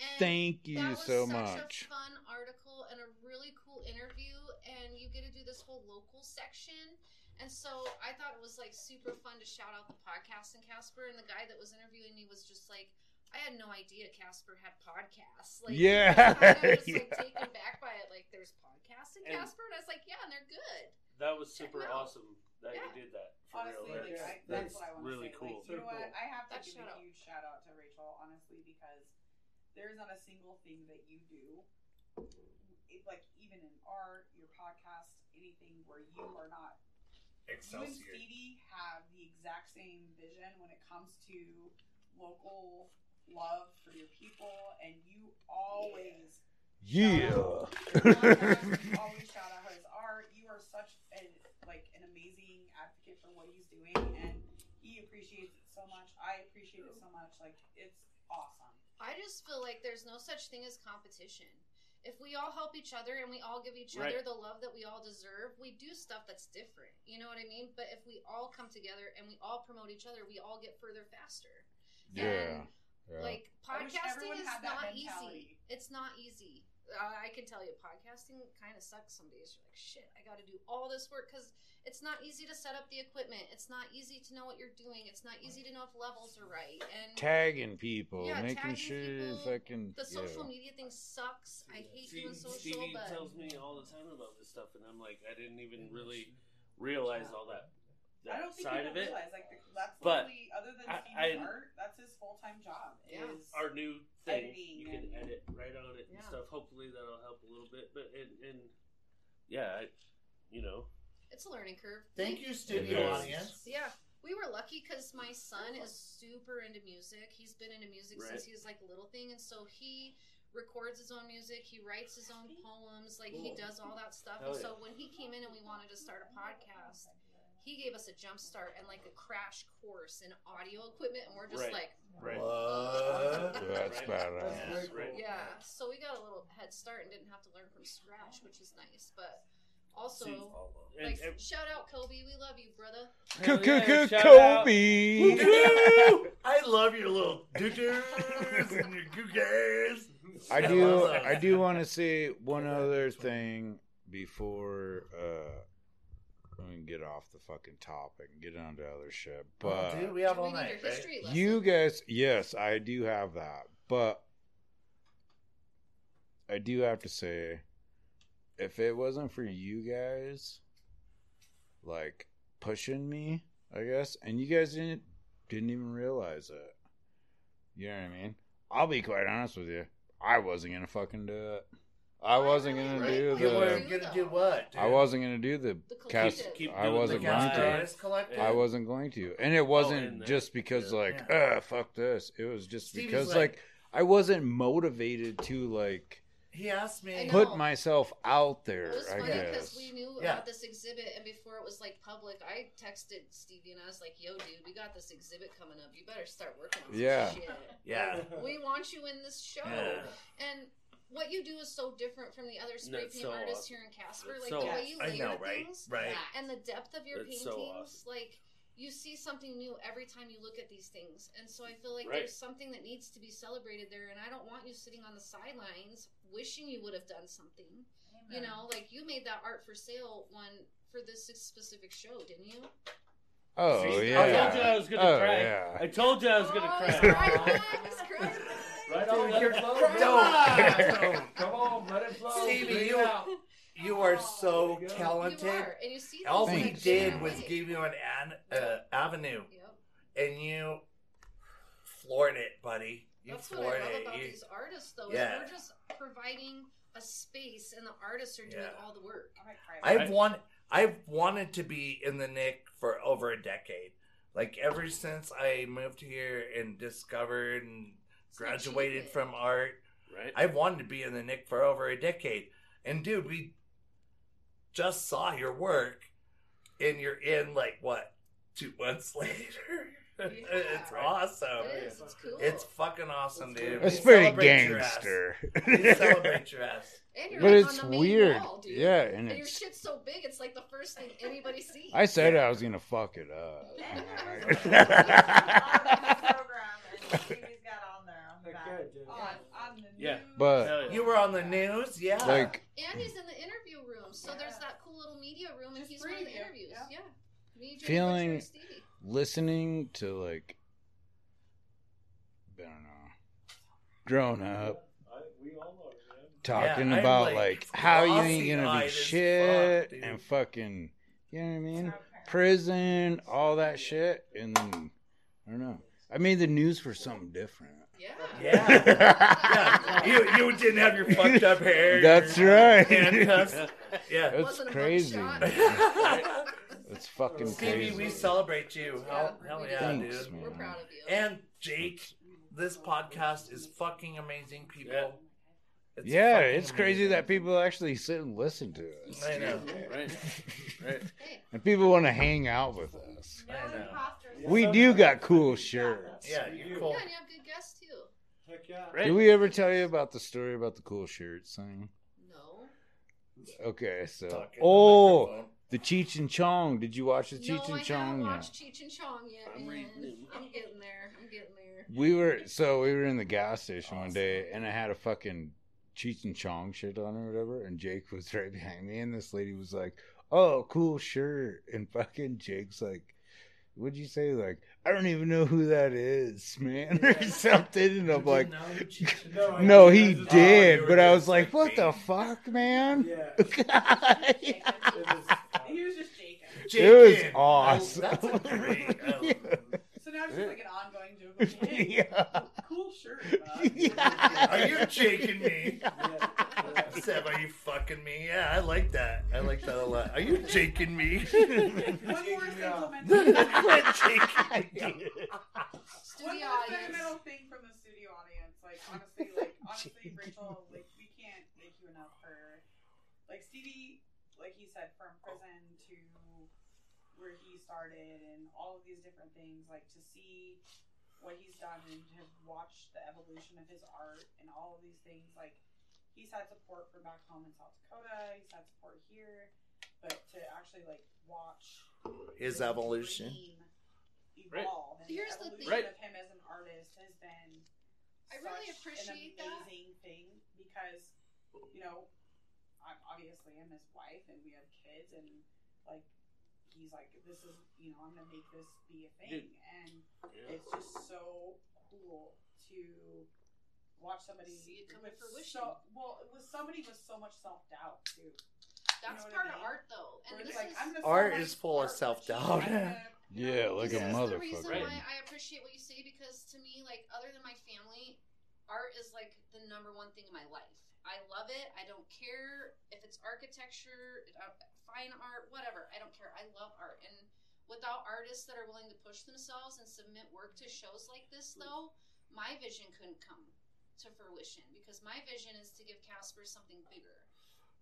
H: And
D: thank
H: that
D: you
H: was
D: so
H: such
D: much.
H: A fun article and a really cool interview, and you get to do this whole local section. And so I thought it was like super fun to shout out the podcast and Casper. And the guy that was interviewing me was just like, I had no idea Casper had podcasts. Like,
D: Yeah.
H: I was like
D: Yeah.
H: taken back by it. Like, there's podcasts in
B: And-
H: Casper, and I was like, yeah, and they're good.
B: That was
H: Check
B: super
H: it out.
B: awesome that
H: Yeah.
B: you did that. For
C: Honestly,
B: real. That's,
C: like, I, that's, what I want to
B: really
C: say.
B: cool.
C: Like, you know what? I have to
H: That's shout
C: give a
H: out.
C: huge shout out to Rachel, honestly, because there isn't a single thing that you do, it- like even in art, your podcast, anything where you are not You and Stevie have the exact same vision when it comes to local love for your people, and you always
D: Yeah.
C: podcast, you always shout out his art. You are such a like an amazing advocate for what he's doing, and he appreciates it so much. I appreciate it so much. Like it's awesome.
H: I just feel like there's no such thing as competition. If we all help each other and we all give each
B: Right.
H: other the love that we all deserve, we do stuff that's different. You know what I mean? But if we all come together and we all promote each other, we all get further faster.
D: Yeah. yeah.
H: Like
C: I wish
H: podcasting
C: everyone
H: is
C: had that
H: not
C: mentality.
H: easy. It's not easy. Uh, I can tell you, podcasting kind of sucks some days. You're like, shit, I got to do all this work because it's not easy to set up the equipment. It's not easy to know what you're doing. It's not easy to know if levels are right. And
D: tagging people,
H: Yeah,
D: making
H: tagging
D: sure
H: people,
D: fucking
H: the social
D: yeah.
H: media thing sucks. I hate
B: Steve-
H: doing social,
B: Stevie
H: but
B: tells me all the time about this stuff, and I'm like, I didn't even really realize all that, that
C: I don't think
B: side
C: people
B: of it.
C: realize like the, that's
B: But
C: literally other than
B: I-
C: Stevie's
B: I-
C: art, that's his full time job.
H: Yeah.
C: Is
B: Our new thing,
C: Editing
B: you can
C: and-
B: edit right on it and
H: Yeah.
B: stuff. Hopefully that'll help a little bit. But and, and yeah, I, you know,
H: it's a learning curve.
A: Thank
H: Like,
A: you,
D: It
A: studio
D: is.
A: audience.
H: Yeah, we were lucky because my son is super into music. He's been into music
B: Right.
H: since he was like a little thing, and so he records his own music. He writes his own poems. Like he does all that stuff.
B: Hell
H: and
B: yeah.
H: so when he came in and we wanted to start a podcast, he gave us a jump start and like a crash course in audio equipment, and we're just
B: Right.
H: like,
B: right?
A: What?
D: That's badass.
G: That's very
B: Right.
G: cool.
H: yeah. So we got a little head start and didn't have to learn from scratch, which is nice. But also.
B: See, And,
H: like,
B: and,
H: shout out Kobe, we love you, brother.
B: Hell yeah,
D: K-
B: shout out.
D: Kobe.
A: Doo-doo! I love your little doo-doos and your goo-gays.
D: I
A: I
D: do.
A: love
D: I
A: that.
D: do want to say one other thing before uh, we can get off the fucking topic and get onto other shit. But
A: Oh, Dude, we have
H: we
A: all
H: need
A: night,
H: your
A: right?
H: history lesson.
D: you guys, yes, I do have that, but I do have to say, if it wasn't for you guys, like pushing me, I guess, and you guys didn't didn't even realize it. You know what I mean? I'll be quite honest with you. I wasn't gonna fucking do it. I wasn't gonna
H: Right.
D: do
H: You
A: You were
D: the.
H: weren't-
A: gonna do what? dude?
D: I wasn't gonna do the
H: The
D: cast.
H: collective.
B: Keep
D: I
B: doing the
D: wasn't going
A: cast
D: to.
B: guy.
A: artist collective.
D: I wasn't going to, and it wasn't
B: and that-
D: just because
B: yeah.
D: like,
A: Yeah.
D: uh, fuck this. It was just
A: Stevie's
D: because
A: like-
D: like, I wasn't motivated to like
A: He asked
H: I
A: me.
H: know.
D: put myself out there.
H: It was
D: I
H: funny because
D: guess.
H: we knew
A: Yeah.
H: about this exhibit, and before it was like public, I texted Stevie and I was like, "Yo, dude, we got this exhibit coming up. You better start working on this
D: Yeah.
H: shit.
A: Yeah.
H: We want you in this show."
A: Yeah.
H: And what you do is so different from the other spray
B: That's
H: paint
B: so
H: artists
B: awesome.
H: here in Casper.
B: That's
H: like
B: so
H: the way
C: awesome.
H: you
A: I
H: layer
A: know, right?
H: things
A: Right.
H: and the depth of your
B: That's
H: paintings,
B: so awesome.
H: like you see something new every time you look at these things. And so I feel like
B: Right.
H: there's something that needs to be celebrated there, and I don't want you sitting on the sidelines wishing you would have done something. You know, like you made that art for sale one for this specific show, didn't you?
D: Oh
B: See,
D: yeah.
B: I told you I was gonna
D: oh,
B: cry.
D: Yeah.
B: I told you I was gonna
H: Oh,
B: cry.
H: he's crying. He's crying.
B: Right
A: Dude,
B: on,
A: you're
B: let it flow.
A: dope.
B: Come on, Come on, let it flow.
A: Stevie,
B: Bring it
A: you-
B: out.
A: Oh, You are so
B: You are.
H: You
A: talented.
H: are, and you see
A: All
H: things
A: he
H: in a
D: Thanks.
A: did
H: different
A: was
H: way.
A: give you an, an uh, avenue,
H: Yep.
A: and you floored it, buddy. You
H: That's what
A: floored
H: I love
A: it.
H: about
A: You-
H: these artists, though. Is
A: Yeah.
H: we're just providing a space, and the artists are doing
A: Yeah.
H: all the work.
C: I might cry.
A: I've want, I've wanted to be in the Nick for over a decade. Like ever since I moved here and discovered and
H: It's an
A: graduated
H: achievement.
A: from art,
B: Right.
A: I've wanted to be in the Nick for over a decade. And dude, we just saw your work, and you're in like what two months later. it's
H: Yeah.
A: awesome.
D: uh,
H: It is. It's cool.
A: It's fucking awesome,
G: It's
A: dude.
G: cool.
D: That's
A: We
D: very
A: celebrate your ass.
D: gangster.
A: We celebrate your ass.
H: and you're
D: but
H: like
D: it's
H: on the main
D: weird.
H: Wall, dude.
D: yeah, and
H: And your
D: it's.
H: shit's so big, it's like the first thing anybody sees.
D: I said I was gonna fuck it up.
G: Okay, dude.
C: on, on the
B: Yeah.
C: news.
D: but
B: Hell yeah.
A: You were on the news, yeah.
D: like,
H: And he's in the interview room, so there's
C: Yeah.
H: that cool little media room, and
C: Just
H: he's one of the
C: preview,
H: interviews.
C: yeah.
H: Yeah. Me, Jimmy,
D: Feeling-
H: Richard, Stevie.
D: listening to like, I don't know, grown up
B: I, we all know it, man.
D: talking
A: Yeah, I'm,
D: about
A: like,
D: like, how you ain't
A: glossy-eyed
D: gonna be
A: as
D: shit
A: fuck, dude.
D: and fucking, you know what I mean?
C: Okay.
D: Prison, all that shit, and then I don't know. I made the news for something different.
H: Yeah.
A: Yeah. yeah. You you didn't have your fucked up hair.
D: That's
A: your
D: right.
A: Handcuffs. Yeah.
D: That's
H: Wasn't a
D: crazy.
H: mugshot.
D: man. That's fucking
A: Stevie,
D: crazy.
A: we celebrate you. Hell, hell yeah,
D: Thanks,
A: dude.
D: man.
H: We're proud of you.
A: And Jake, this podcast is fucking amazing, people.
B: Yeah.
D: yeah,
A: fucking
D: it's crazy
A: amazing.
D: that people actually sit and listen to us.
A: I know.
B: Right. Right.
H: hey,
D: And people want to hang out with us.
A: I know.
D: We do got cool shirts.
A: Yeah, you're cool.
H: yeah, and you have good guests too.
G: Heck yeah.
B: Right.
D: Did we ever tell you about the story about the cool shirts thing?
H: No.
D: Okay, so
A: Talking in the
D: oh,
A: microphone.
D: the Cheech and Chong. Did you watch the Cheech
H: no, I
D: and Chong?
H: haven't
D: yet?
H: watched Cheech and Chong yet.
B: I'm
H: man.
B: reading them.
H: I'm getting there. I'm getting there.
D: We were so we were in the gas station one day, and I had a fucking Cheech and Chong shit on or whatever, and Jake was right behind me, and this lady was like, "Oh, cool shirt," and fucking Jake's like. What'd you say? Like, I don't even know who that is, man, or something. And I'm like,
A: No, Cheech and
G: No,
A: Chong.
D: no,
G: I-
D: he
G: Oh,
D: did.
A: you were
D: But I
A: just,
D: was like,
A: like,
D: what the
A: being-
D: fuck, man?
G: Yeah.
D: it
C: He was just Jacob.
D: was
A: Jacob.
D: awesome.
A: Oh, that's a great. Oh,
C: So now it's just like an ongoing joke. Like, hey,
D: yeah.
C: cool shirt. bud.
D: Yeah.
A: Are you Jaking me?
G: yeah.
A: Seb, are you fucking me? Yeah, I like that. I like that a lot. Are you Jaking me?
C: One more
G: Cheeky now.
C: sentimental.
A: Quit Jaking me.
H: Studio
C: One more
H: audience.
C: sentimental thing from the studio audience. Like honestly, like honestly, Rachel, like we can't thank you enough for like Stevie, like he said, from prison to where he started and all of these different things, like to see what he's done and to have watched the evolution of his art and all of these things, like he's had support from back home in South Dakota, he's had support here, but to actually like watch
A: His
C: the
A: evolution.
C: dream
B: Right.
C: Evolve. And
H: Here's
C: the
H: the
C: evolution
B: thing.
C: of him as an artist has been
H: I really
C: such
H: appreciate
C: an
H: that.
C: amazing thing because you know I'm obviously I'm his wife and we have kids and like he's like this is you know I'm gonna make this be a thing and
B: Yeah.
C: it's just so cool to watch somebody
H: See it come to
C: with
H: fruition.
C: So, well, it was somebody with so much self doubt too.
H: That's
C: You know what I
H: part of
C: mean?
H: art, though.
C: Where
H: And
C: it's
H: this
C: like,
H: is,
C: I'm gonna
A: Art
C: sell my
A: is full of
C: art,
A: self-doubt.
C: I'm gonna-
D: Yeah, like a
H: this is the reason
D: motherfucker.
H: why I appreciate what you say because to me, like, other than my family, art is like the number one thing in my life. I love it. I don't care if it's architecture, it- uh, fine art, whatever. I don't care. I love art. And without artists that are willing to push themselves and submit work to shows like this, though, my vision couldn't come to fruition because my vision is to give Casper something bigger,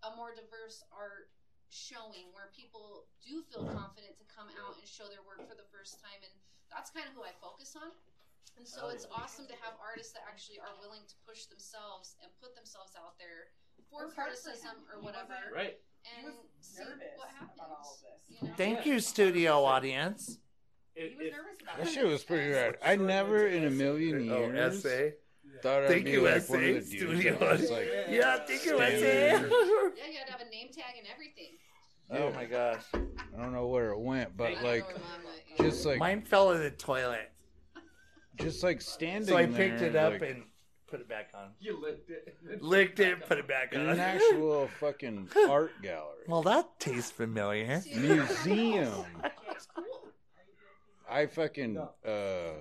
H: a more diverse art showing where people do feel confident to come out and show their work for the first time and that's kind of who I focus on. And so it's awesome to have artists that actually are willing to push themselves and put themselves out there
C: It
H: for
C: was hard for
H: criticism
C: him.
H: or
C: He wasn't-
H: whatever
B: Right.
C: He
H: and
C: was
H: see
C: nervous
H: what
C: about all
H: happens.
C: of this.
H: You know?
A: Thank you, studio audience.
B: It,
C: He was
B: it,
C: nervous about
D: That
C: it.
D: shit was pretty rad. I never in a
A: Oh,
D: million years thought I'd
A: Thank
D: be
A: you,
D: like one of the
A: SA
D: dudes
A: Studio.
D: that was like,
A: Yeah, thank you,
D: Standard.
A: SA.
H: Yeah, you had to have a name tag and everything.
A: Oh my gosh.
D: I don't know where it went,
H: I
D: but
H: don't know
D: like,
H: where mine went, you know.
D: just like,
A: Mine fell in the toilet.
D: just like standing.
A: So I picked
D: there,
A: it up
D: like,
A: and put it back on.
B: You licked it.
A: Licked it, put it back
D: in an
A: on.
D: actual fucking art gallery,
A: Well, that tastes familiar.
H: See,
D: museum.
H: It's cool.
D: I fucking uh,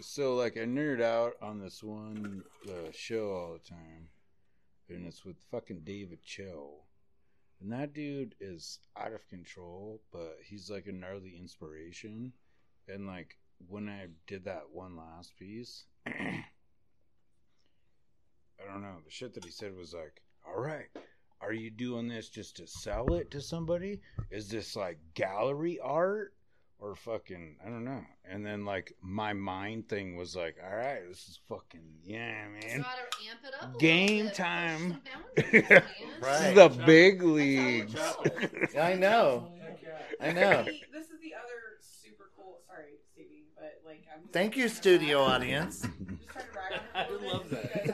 D: so like I nerd out on this one uh, show all the time, and it's with fucking David Cho, and that dude is out of control, but he's like a gnarly inspiration, and like when I did that one last piece, I don't know the shit that he said was like, all right. Are you doing this just to sell it to somebody? Is this like gallery art? or fucking I don't know. And then like my mind thing was like, all right, this is fucking yeah, man.
H: Gotta amp it up. A little
D: Game
H: bit. Push
D: time.
H: some boundaries, man.
A: Right.
D: This is the big leagues.
H: That's how it goes.
A: I know.
G: Heck yeah.
A: I know.
C: The- this is the other super cool. Sorry, Stevie, but like I'm. just
A: Thank you,
C: trying to rag
A: studio
C: on-
A: audience.
C: I'm just trying to rag on her
B: I
C: a little
B: love
C: bit
B: that.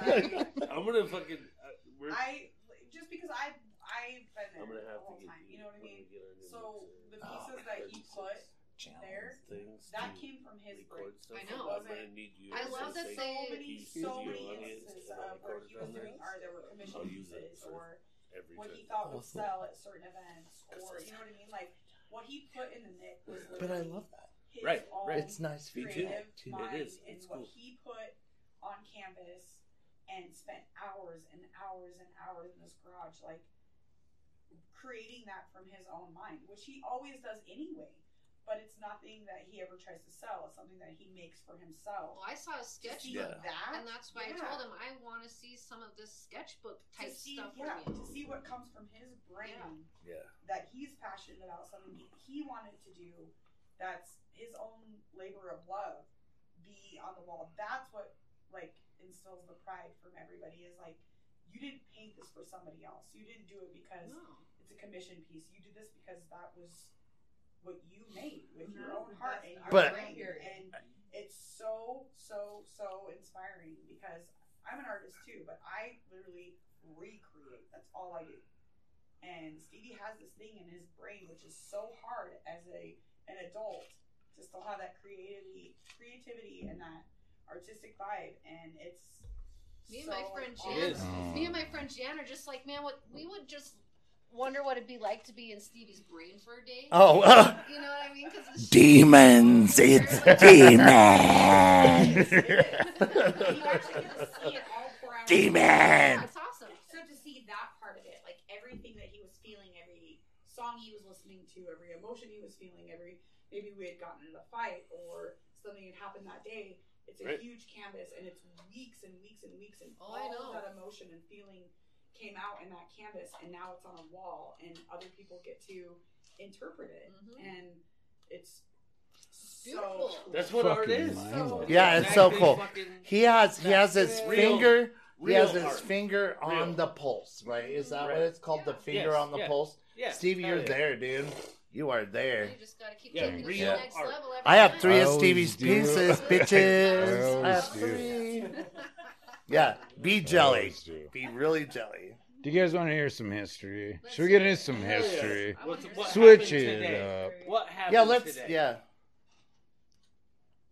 C: because
B: I'm gonna fucking. Uh, we're,
C: I, I just because I I've been there
B: I'm gonna
C: the
B: have to
C: whole
B: get
C: time. You know what
B: when
C: I
B: we
C: mean?
B: get our new
C: So the
B: mixer.
A: Oh,
C: pieces that he
B: 36
C: put there,
B: things
C: that
B: to
C: came from his brain.
B: record stuff.
H: I know.
B: So I'm gonna need you.
H: I
B: to
H: love that
B: say
C: so
H: they-
C: many,
B: He's
C: so
B: the
C: many
B: audience,
C: instances
B: so I
C: of where
B: recorded on
C: he was doing
B: this.
C: art that were commissioned
B: I'll use it
C: pieces
B: for
C: or
B: every
C: what he
B: time.
C: thought
A: Oh.
C: would sell at certain events or you know what I mean? Like what he put in the Nick was
A: But I
C: literally
A: love that.
C: his
B: Right,
C: own
B: right.
A: It's nice for
B: Me
A: you.
B: too.
C: creative
A: too.
C: mind
B: is.
C: and
B: It's
C: what
B: cool.
C: he put on canvas and spent hours and hours and hours in this garage, like creating that from his own mind, which he always does anyway. But it's nothing that he ever tries to sell. It's something that he makes for himself.
H: Well, Oh, I saw a
C: To
H: sketchbook,
A: Yeah.
C: see that,
H: and that's why I
C: yeah.
H: told him I want to see some of this sketchbook
C: to
H: type
C: see,
H: stuff
C: yeah,
H: from you.
C: to see what comes from his brain
A: Yeah.
C: that he's passionate about, something he- he wanted to do. That's his own labor of love. Be on the wall. That's what like instills the pride from everybody. Is like you didn't paint this for somebody else. You didn't do it because
H: No.
C: it's a commission piece. You did this because that was what you made with your own heart and your
A: But-
C: brain. And it's so, so, so inspiring because I'm an artist too, but I literally recreate. That's all I do. And Stevie has this thing in his brain, which is so hard as a an adult to still have that creativity, creativity, and that artistic vibe. And it's
H: Me and
C: so
H: my friend
C: awesome.
H: Jan,
D: is.
H: me and my friend Jan are just like, man, what we would just wonder what it'd be like to be in Stevie's brain for a day.
A: Oh, uh,
H: You know what I mean? Because
A: demons! It's demons!
C: You actually get to see it all four hours.
A: Demon!
H: That's awesome.
C: So to see that part of it, like everything that he was feeling, every song he was listening to, every emotion he was feeling, every maybe we had gotten in a fight or something had happened that day. It's a
B: Right.
C: huge canvas, and it's weeks and weeks and weeks, and
H: Oh,
C: all
H: I know.
C: of that emotion and feeling came out in that canvas, and now it's on a wall, and other people get to interpret it,
H: Mhm.
C: and it's so
H: Beautiful.
C: cool.
B: That's what art
D: Fucking
B: is.
D: mind-blowing.
A: Yeah, it's so
B: Exactly
A: cool.
B: fucking
A: He has he has his
B: Real-
A: finger he
B: real
A: has his
B: art.
A: finger on
B: Real.
A: the pulse, right? Is that
B: Right.
A: what it's called? The
H: Yeah.
A: finger
B: Yes,
A: on the
B: yeah.
A: pulse.
B: Yeah,
A: Stevie,
B: hell
A: you're
B: yeah.
A: there, dude. You are there.
H: You just gotta keep
B: Yeah,
H: taking it to
B: real
H: the next
B: art.
H: level. Every
A: I have
H: time.
A: three
D: I
A: of
D: always
A: Stevie's
D: do.
A: pieces, bitches. I
D: I
H: Uh,
A: have
D: always do.
A: three. Yeah, be jelly. Be really jelly.
D: Do you guys want to hear some history?
H: Let's
D: Should we get
H: hear
D: into
H: it.
D: some
H: Hell yeah.
D: history?
H: I wanna hear
B: What
H: that.
D: Switch
B: happened
D: it
B: today?
D: up.
B: What happened?
A: Yeah, let's.
B: Today?
A: Yeah,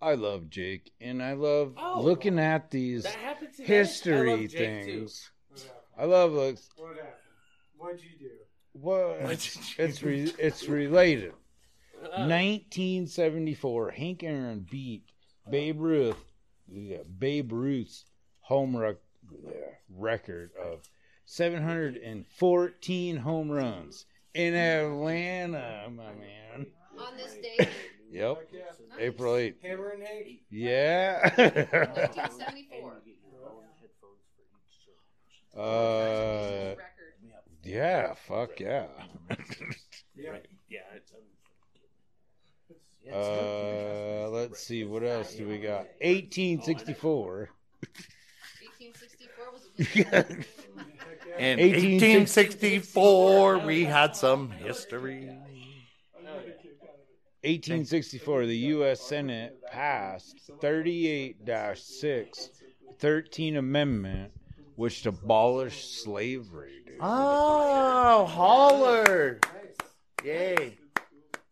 D: I love Jake, and I love
B: Oh.
D: looking at these
B: That happened today. I
D: history
B: love Jake, too.
D: things.
G: What happened?
D: I love looks.
G: What happened? What'd you do?
D: What?
A: What did you-
D: it's re- it's related.
B: Uh,
D: 1974, Hank Aaron beat Babe Ruth, yeah, Babe Ruth's home run record of 714 home runs in Atlanta, my man.
H: On this day,
D: Yep,
G: Heck yeah.
H: Nice.
D: April 8th.
G: Hammer and Hank.
D: Yeah.
H: 1974.
D: uh,
H: record.
D: yeah, fuck yeah.
G: Yeah.
B: Yeah, it's, um,
D: Uh, let's see, what else do we got? 1864.
H: 1864 was a good one.
G: Heck yeah.
A: In
D: 1864,
A: 1864, we had some history.
G: I'm gonna kick out of it.
D: 1864, the U.S. Senate passed 38 6, 13 Amendment, which abolished slavery, dude.
A: Oh, holler!
G: Nice.
A: Yay!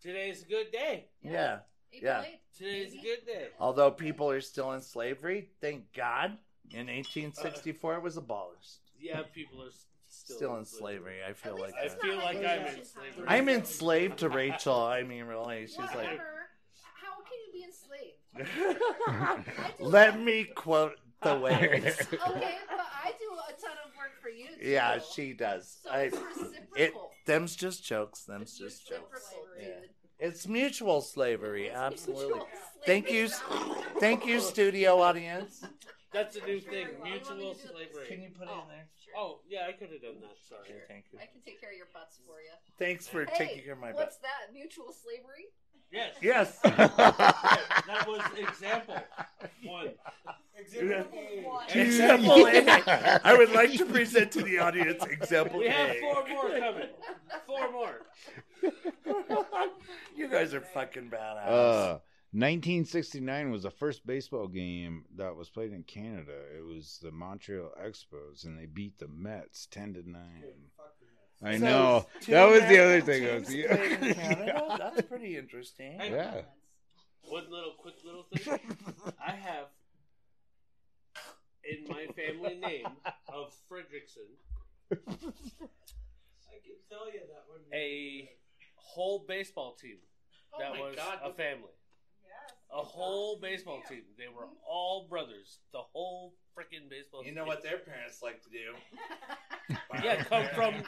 B: today's a good day.
A: Yeah.
H: April
A: Yeah.
H: 8th.
B: Today's a good day.
A: Although people are still in slavery, thank God, in 1864 it was abolished.
B: Yeah, people are s- still,
A: Still in slavery, I
H: At
A: feel
H: least
A: like
H: it's
A: that.
B: I feel
H: not
B: like
H: Revolution
B: I'm in
H: time.
B: slavery.
A: I'm enslaved to Rachel. I mean, really, she's like,
H: Whatever. How can you be enslaved? I do
A: let me quote the waves.
H: Okay, but I do a ton of work for you. Too.
A: Yeah, she does.
H: So
A: I,
H: it's
A: it,
H: reciprocal.
A: them's just jokes. Them's
H: It's
A: just
H: reciprocal,
A: jokes. Yeah.
H: dude.
A: It's mutual slavery,
H: It's
A: absolutely.
H: mutual
A: Thank you,
H: slavery.
A: thank you, studio audience.
B: That's a new thing.
H: You want me to
B: Mutual
H: do this?
A: Can
B: slavery.
A: you put it in there?
H: Sure.
B: Oh, yeah, I could have done that. Sorry.
A: Okay, thank you.
H: I can take care of your butts for you.
A: Thanks for
H: Hey,
A: taking care of my butt.
H: What's that? Mutual slavery?
B: Yes.
A: Yes.
B: That was example one.
G: Exhibit A.
A: Example A. I would like to present to the audience example
B: We have
A: A.
B: four more coming. Four more.
A: you guys are fucking badass.
D: Uh, 1969 was the first baseball game that was played in Canada. It was the Montreal Expos, and they beat the Mets 10 to 9.
G: Fuck the Mets.
D: I
A: So
D: know.
A: two
D: That was the other
A: American
D: thing.
A: teams
D: I was-
A: played in Canada?
D: yeah.
A: That's pretty interesting.
B: Hey,
D: Yeah.
B: One little quick little thing. I have in my family name of Fredrickson
G: I can tell you that one.
B: a whole baseball team
C: Oh
B: that was a family.
C: Yes.
B: A whole baseball team. They were all brothers. The whole freaking baseball
A: You
B: team.
A: know what their parents like to do?
B: Yeah, come from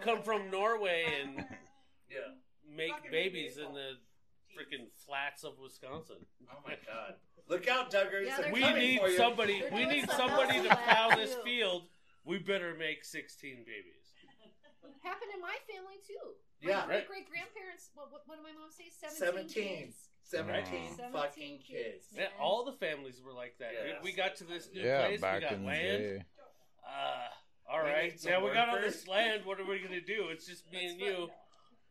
B: come from Norway and
A: Yeah.
B: make
C: Fucking
B: babies in
C: baseball.
B: the freaking flats of Wisconsin.
A: Oh my god. Look out, Duggars.
H: Yeah,
A: They're
H: they're
B: We
A: coming
B: need
A: for you.
B: somebody.
H: They're
B: We
H: doing
B: need
H: something
B: somebody
H: else in
B: to
H: that
B: plow this
H: too.
B: field. We better make sixteen babies.
H: Happened in my family too.
A: Yeah.
H: My great grandparents. What, what, what did my mom say? Seventeen.
A: 17.
H: kids.
A: 17
H: Right.
A: fucking
H: 17
A: kids.
H: kids.
B: Yeah,
H: Yeah.
B: all the families were like that.
A: Yeah.
B: dude. We got to this new
D: Yeah,
B: place. We
D: back
B: got
D: in the
B: land.
D: day.
B: Uh, all
A: We
B: right.
A: need some
B: Now we got all
A: workers.
B: this land. What are we gonna do? It's just me and you.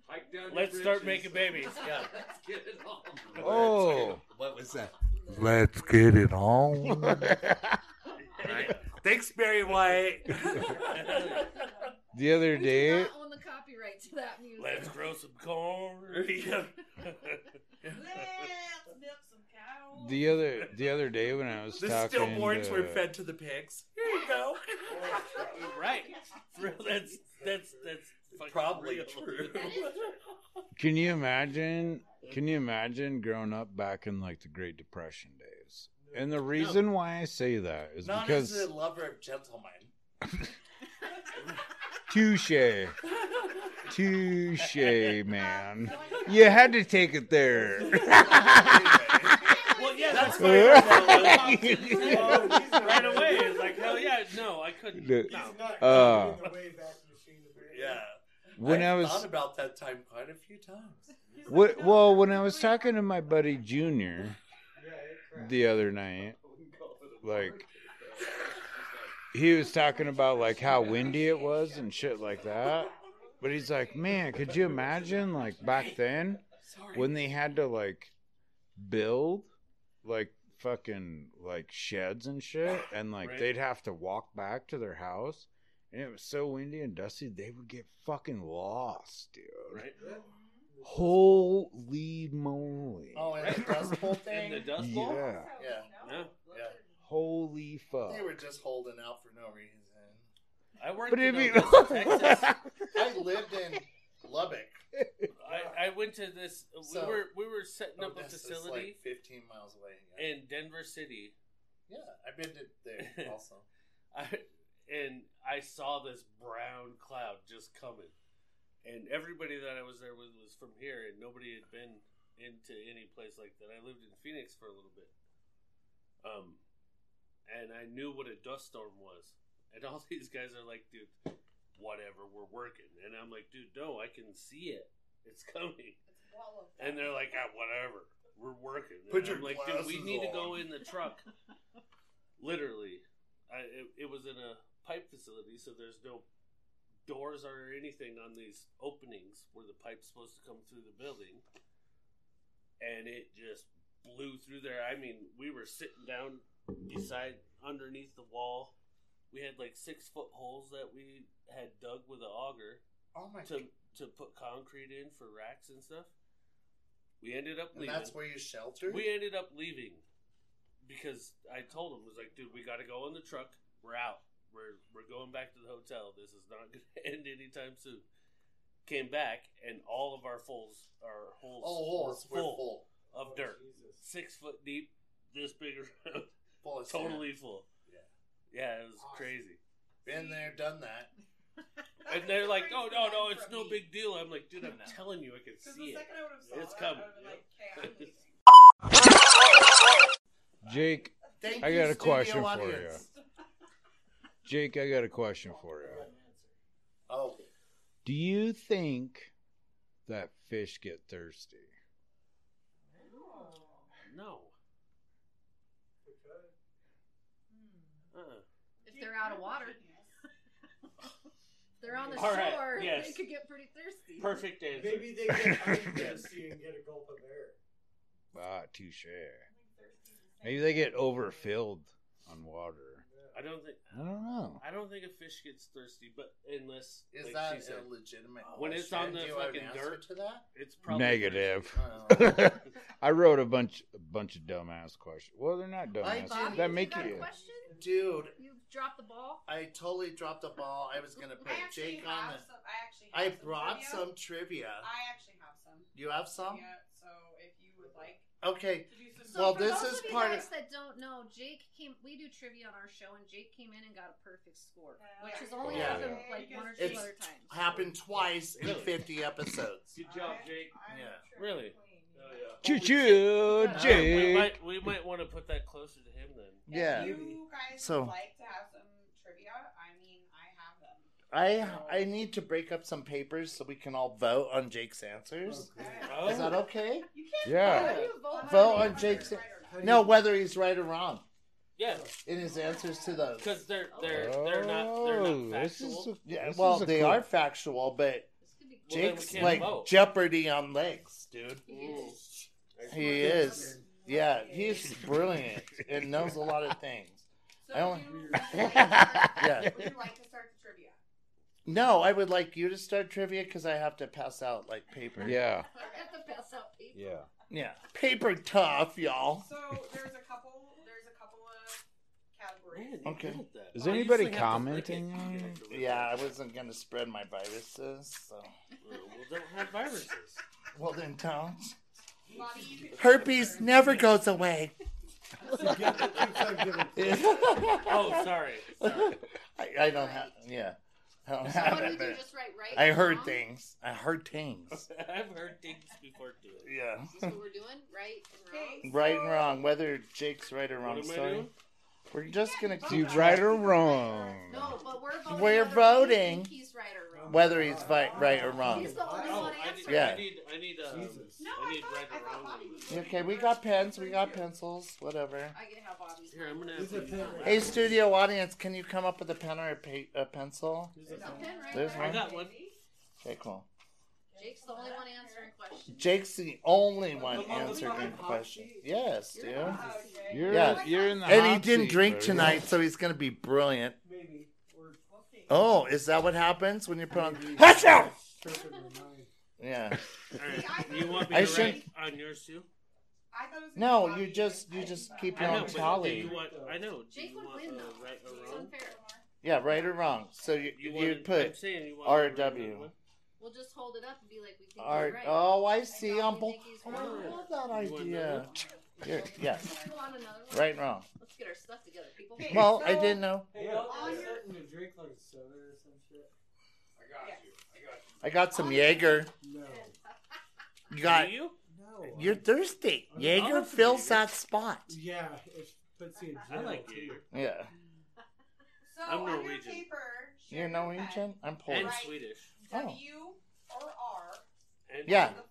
I: Hike down your
B: Let's start
I: britches.
B: making babies.
A: Yeah.
I: Let's get it on.
D: Oh.
A: What was that?
D: Let's get it
B: Oh,
D: on.
A: Right. Thanks, Barry White.
D: the other
H: We do
D: day,
H: not own the copyright to that music.
B: Let's grow some corn.
A: Yeah.
C: Let's milk some cows.
D: the other the other day when I was
A: The
D: talking,
A: stillborns
D: to-
A: were fed to the pigs. Here you go.
B: right. For real, that's that's that's fucking
A: Probably
B: real.
A: true.
D: Can you imagine? Can you imagine growing up back in like the Great Depression days? And the reason why I say that is
A: Not
D: because
A: as a lover of gentlemen.
D: touche, touche, man. You had to take it there.
B: Well, yeah,
A: That's
B: that's
A: my
B: right.
G: right
B: away. It's like hell yeah. No, I couldn't.
D: No.
G: He's
B: No.
G: not in
D: Uh,
G: the way back machine. apparently.
A: Yeah.
D: when
A: I
D: I
A: thought
D: was
A: about that time quite a few times.
D: what, well, when I was talking to my buddy Junior
G: Yeah, it cracked.
D: the other night, like he was talking about like how windy it was and shit like that. But he's like, man, could you imagine like back then when they had to like build like fucking like sheds and shit, and like
B: Right.
D: they'd have to walk back to their house, and it was so windy and dusty they would get fucking lost, dude.
B: Right.
D: Holy moly!
A: Oh, and the Dust Bowl
B: In
A: thing?
B: the Dust Bowl.
D: yeah,
A: Yeah.
B: No.
A: Yeah.
D: holy fuck!
A: They were just holding out for no reason.
B: I worked
D: But
B: in
D: if you
B: Odessa, Texas.
A: I lived in Lubbock.
B: I, I went to this.
A: So- oh,
B: we were we were setting up a
A: Odessa's
B: facility
A: like 15 miles away. Yeah.
B: in Denver City,
A: yeah, I've been to there also.
B: I, and I saw this brown cloud just coming, and everybody that I was there with was from here, and nobody had been into any place like that. I lived in Phoenix for a little bit, um, and I knew what a dust storm was, and all these guys are like, dude, whatever, we're working, and I'm like, dude, no, I can see it, it's coming. And they're like, ah, whatever. We're working. And
A: Put your
B: I'm like, dude, we
A: glasses
B: need to go
A: on."
B: in the truck. Literally. I, it, it was in a pipe facility, so there's no doors or anything on these openings where the pipe's supposed to come through the building. And it just blew through there. I mean, we were sitting down beside, underneath the wall. We had like six foot holes that we had dug with an auger
A: Oh my
B: to
A: god.
B: to put concrete in for racks and stuff. We ended up
A: And
B: leaving.
A: that's where you sheltered?
B: we ended up leaving because I told him was like, dude, we got to go in the truck. We're out. We're we're going back to the hotel. This is not going to end anytime soon. Came back and all of our holes, our holes,
A: oh, holes.
B: were
A: We're
B: full,
A: full. Oh,
B: of dirt,
G: Jesus.
B: six foot deep, this big around,
A: Full of sand.
B: totally full.
A: Yeah.
B: yeah, it was
G: Awesome.
B: crazy.
A: Been there, done that.
B: And they're like, oh no, no, it's no big deal. I'm like, dude, I'm telling you, I can
C: Because
B: see it.
C: the second I would have saw
B: It's
C: that,
B: coming,
C: I would have
B: yeah.
C: been like, okay, I'm leaving.
D: Jake,
A: Thank
D: I
A: you,
D: got a
A: studio
D: question for
A: audience.
D: Jake, I got a question for you.
A: Oh,
D: Do you think that fish get thirsty?
B: No.
G: We could.
B: Uh-uh.
H: If they're out of water. If they're on the
B: All right,
H: shore,
B: yes.
H: they could get pretty thirsty.
B: Perfect answer.
G: Maybe they get thirsty and get a gulp of air.
D: Ah, touche. Maybe they get overfilled on water.
B: I don't think
D: I don't know.
B: I don't think a fish gets thirsty, but unless
A: Is
B: like she
A: that
B: said,
A: a legitimate
B: When it's on
A: question? Do
B: the
A: you have
B: fucking
A: an answer
B: dirt-
A: to that?
B: it's probably
D: Negative.
A: Oh.
D: I wrote a bunch, a bunch of dumbass questions. Well, they're not
A: I
D: dumbass.
A: thought-
D: that
H: you
D: make
H: got a
D: you.
H: question?
A: Dude,
H: You dropped the ball?
A: I totally dropped the ball. I was gonna put
C: I actually
A: Jake on
C: have
A: the.
C: some. I actually.
A: I
C: Have some
A: brought
C: trivia.
A: some trivia.
C: I actually have some.
A: You have some?
C: Yeah. So if you would like
A: Okay.
C: to do some.
H: So
A: Well,
H: for
A: this
H: those
A: is
H: of you
A: part of-
H: guys that don't know, Jake came. We do trivia on our show, and Jake came in and got a perfect score,
C: Yeah.
H: which has only
A: Yeah.
H: happened like one or two
A: It's-
H: other times.
A: Happened twice in
B: Really?
A: 50 episodes.
I: Good job, Jake.
C: I'm
A: Yeah.
C: trivia
B: Really?
C: queen.
I: Oh, yeah.
D: Choo choo,
H: Holy shit.
B: Uh, We
D: Jake.
B: might we might want to put that closer to him then.
D: Yeah.
C: If you guys
A: So-
C: would like to have some trivia, I mean, I have them.
A: I I need to break up some papers so we can all vote on Jake's answers.
C: Okay.
B: Oh.
A: Is that okay?
C: You can't
D: Yeah.
H: How do you vote?
A: Vote
H: for
A: on
H: the
A: Jake's-
H: winner?
A: No, whether he's right or wrong
B: Yeah,
A: in his answers to those.
B: because they're they're they're not they're
D: Oh,
B: not
D: this is
B: factual.
D: a-
A: Yeah,
D: this
A: well,
D: is a
A: they
D: cool-
A: are factual,
H: This
A: but
H: could be-
B: Well, then we
A: Jake's
B: can't
A: like
B: vote.
A: Jeopardy on legs, dude.
H: Ooh.
A: He is. Yeah, he's brilliant and knows a lot of things.
C: So
A: I only-
C: would, you like to
A: Yeah.
C: start, would you like to start the trivia?
A: No, I would like you to start trivia because I have to pass out like paper.
D: Yeah,
H: I have to pass out paper.
D: yeah.
A: Yeah. Paper tough, y'all.
C: So there's a couple. There's a couple of
B: Man,
C: categories.
B: you're
A: Okay.
B: good at that.
D: Is
B: Oh, you
D: anybody
B: usually have to lick it.
D: commenting on
B: You
D: it?
B: have to lick
A: Yeah, I
B: it.
A: wasn't gonna spread my viruses, so
B: Well, don't have viruses.
A: well then don't.
C: Bobby, you could-
A: Herpes never goes away.
B: Oh, sorry. sorry.
A: I, I don't have yeah. I don't
H: So what
A: have
H: do we
A: it,
H: do?
A: but
H: Just write right?
A: I
H: and
A: heard
H: wrong?
A: things. I heard things.
B: I've heard things before too.
A: Yeah.
H: Is this what we're doing? Right and wrong?
C: Okay,
A: Right
C: so-
A: and wrong, whether Jake's right or
B: What
A: wrong
B: am I
A: story.
B: doing?
A: We're just gonna
D: Do
A: keep
D: right or wrong?
H: No, but we're voting.
A: We're
H: whether we
A: voting.
H: think He's right or wrong.
A: whether he's right, right or wrong.
H: He's the only
B: Oh,
H: one
B: I need,
H: answering.
A: Yeah.
B: I need, I need, um,
G: Jesus.
C: No,
B: I
C: I
B: need
C: thought,
B: right
C: I
B: or
C: thought
B: wrong.
C: Bobby was
A: Okay, we got pens, we got pencils, whatever.
H: I get how Bobby's.
B: Here, I'm gonna.
G: He's a pen right
A: Hey, studio audience, can you come up with a pen or a, pa- a pencil?
B: Here's a
H: There's a
B: pen.
H: pen right
A: There's
H: there.
B: I got one.
A: Okay, cool.
H: Jake's the only one answering questions.
A: Jake's the only one
G: Come on, come
A: answering
G: on,
A: the
G: hot
A: question.
G: sheet.
A: Yes, dude.
C: Okay.
D: You're
A: Yeah.
D: you're in the
A: And he
D: hot
A: didn't
D: seat,
A: drink
D: buddy.
A: tonight, so he's gonna be brilliant.
G: Maybe. Or
A: Oh, is that what happens when you put on?
G: maybe-
A: Hush out!
G: Tripping my mind.
A: Yeah.
B: All right. You want me
A: I
B: to write
A: shouldn't-
B: on yours too?
C: I thought it was gonna
A: No,
C: be
A: you
C: Bobby.
A: just
C: I
A: you
C: think
A: just
C: so.
A: keep
B: I
A: your
B: know,
A: own
B: but do
A: tally.
B: you want? I know. Do
H: Jake
B: you
H: would
B: want
H: win
B: uh,
H: though.
B: right or
H: It's
B: wrong?
H: unfair.
A: Yeah, right or wrong. So you you'd
B: wanted- I'm
A: put
B: saying you wanted
A: R
B: to write
A: W.
B: one.
H: We'll just hold it up and be like, we think he's
A: art.
H: right.
A: Oh, I
H: I
A: see.
H: know,
A: I'm
H: we
A: bo-
H: think he's
A: I
H: wrong.
A: love that
B: You want
A: idea.
B: another
A: Here, yeah,
H: Go on, another one.
A: right and wrong.
H: Let's get our stuff together, people.
C: Okay.
A: Well, I
C: so-
A: didn't know.
G: Hey,
I: Yeah.
G: y'all are
C: On your-
G: starting to drink like soda or some shit?
I: I got
C: Yes.
I: you. I got you.
A: I got some Jaeger.
G: No.
A: You
B: Do
A: got
B: you?
G: No.
A: You're thirsty.
G: I'm
A: Jaeger
B: all for
A: fills
B: Jaeger.
A: that spot.
G: Yeah, it puts you in
B: I
G: jail.
B: like
G: too.
B: Jaeger.
A: Yeah.
C: So
B: I'm
C: on your
B: Norwegian.
C: paper, should
A: You're
C: you
A: Norwegian? Oh. I'm
B: And
A: Polish.
C: Right.
B: Swedish.
C: put W or R.
B: And
A: Yeah.
C: you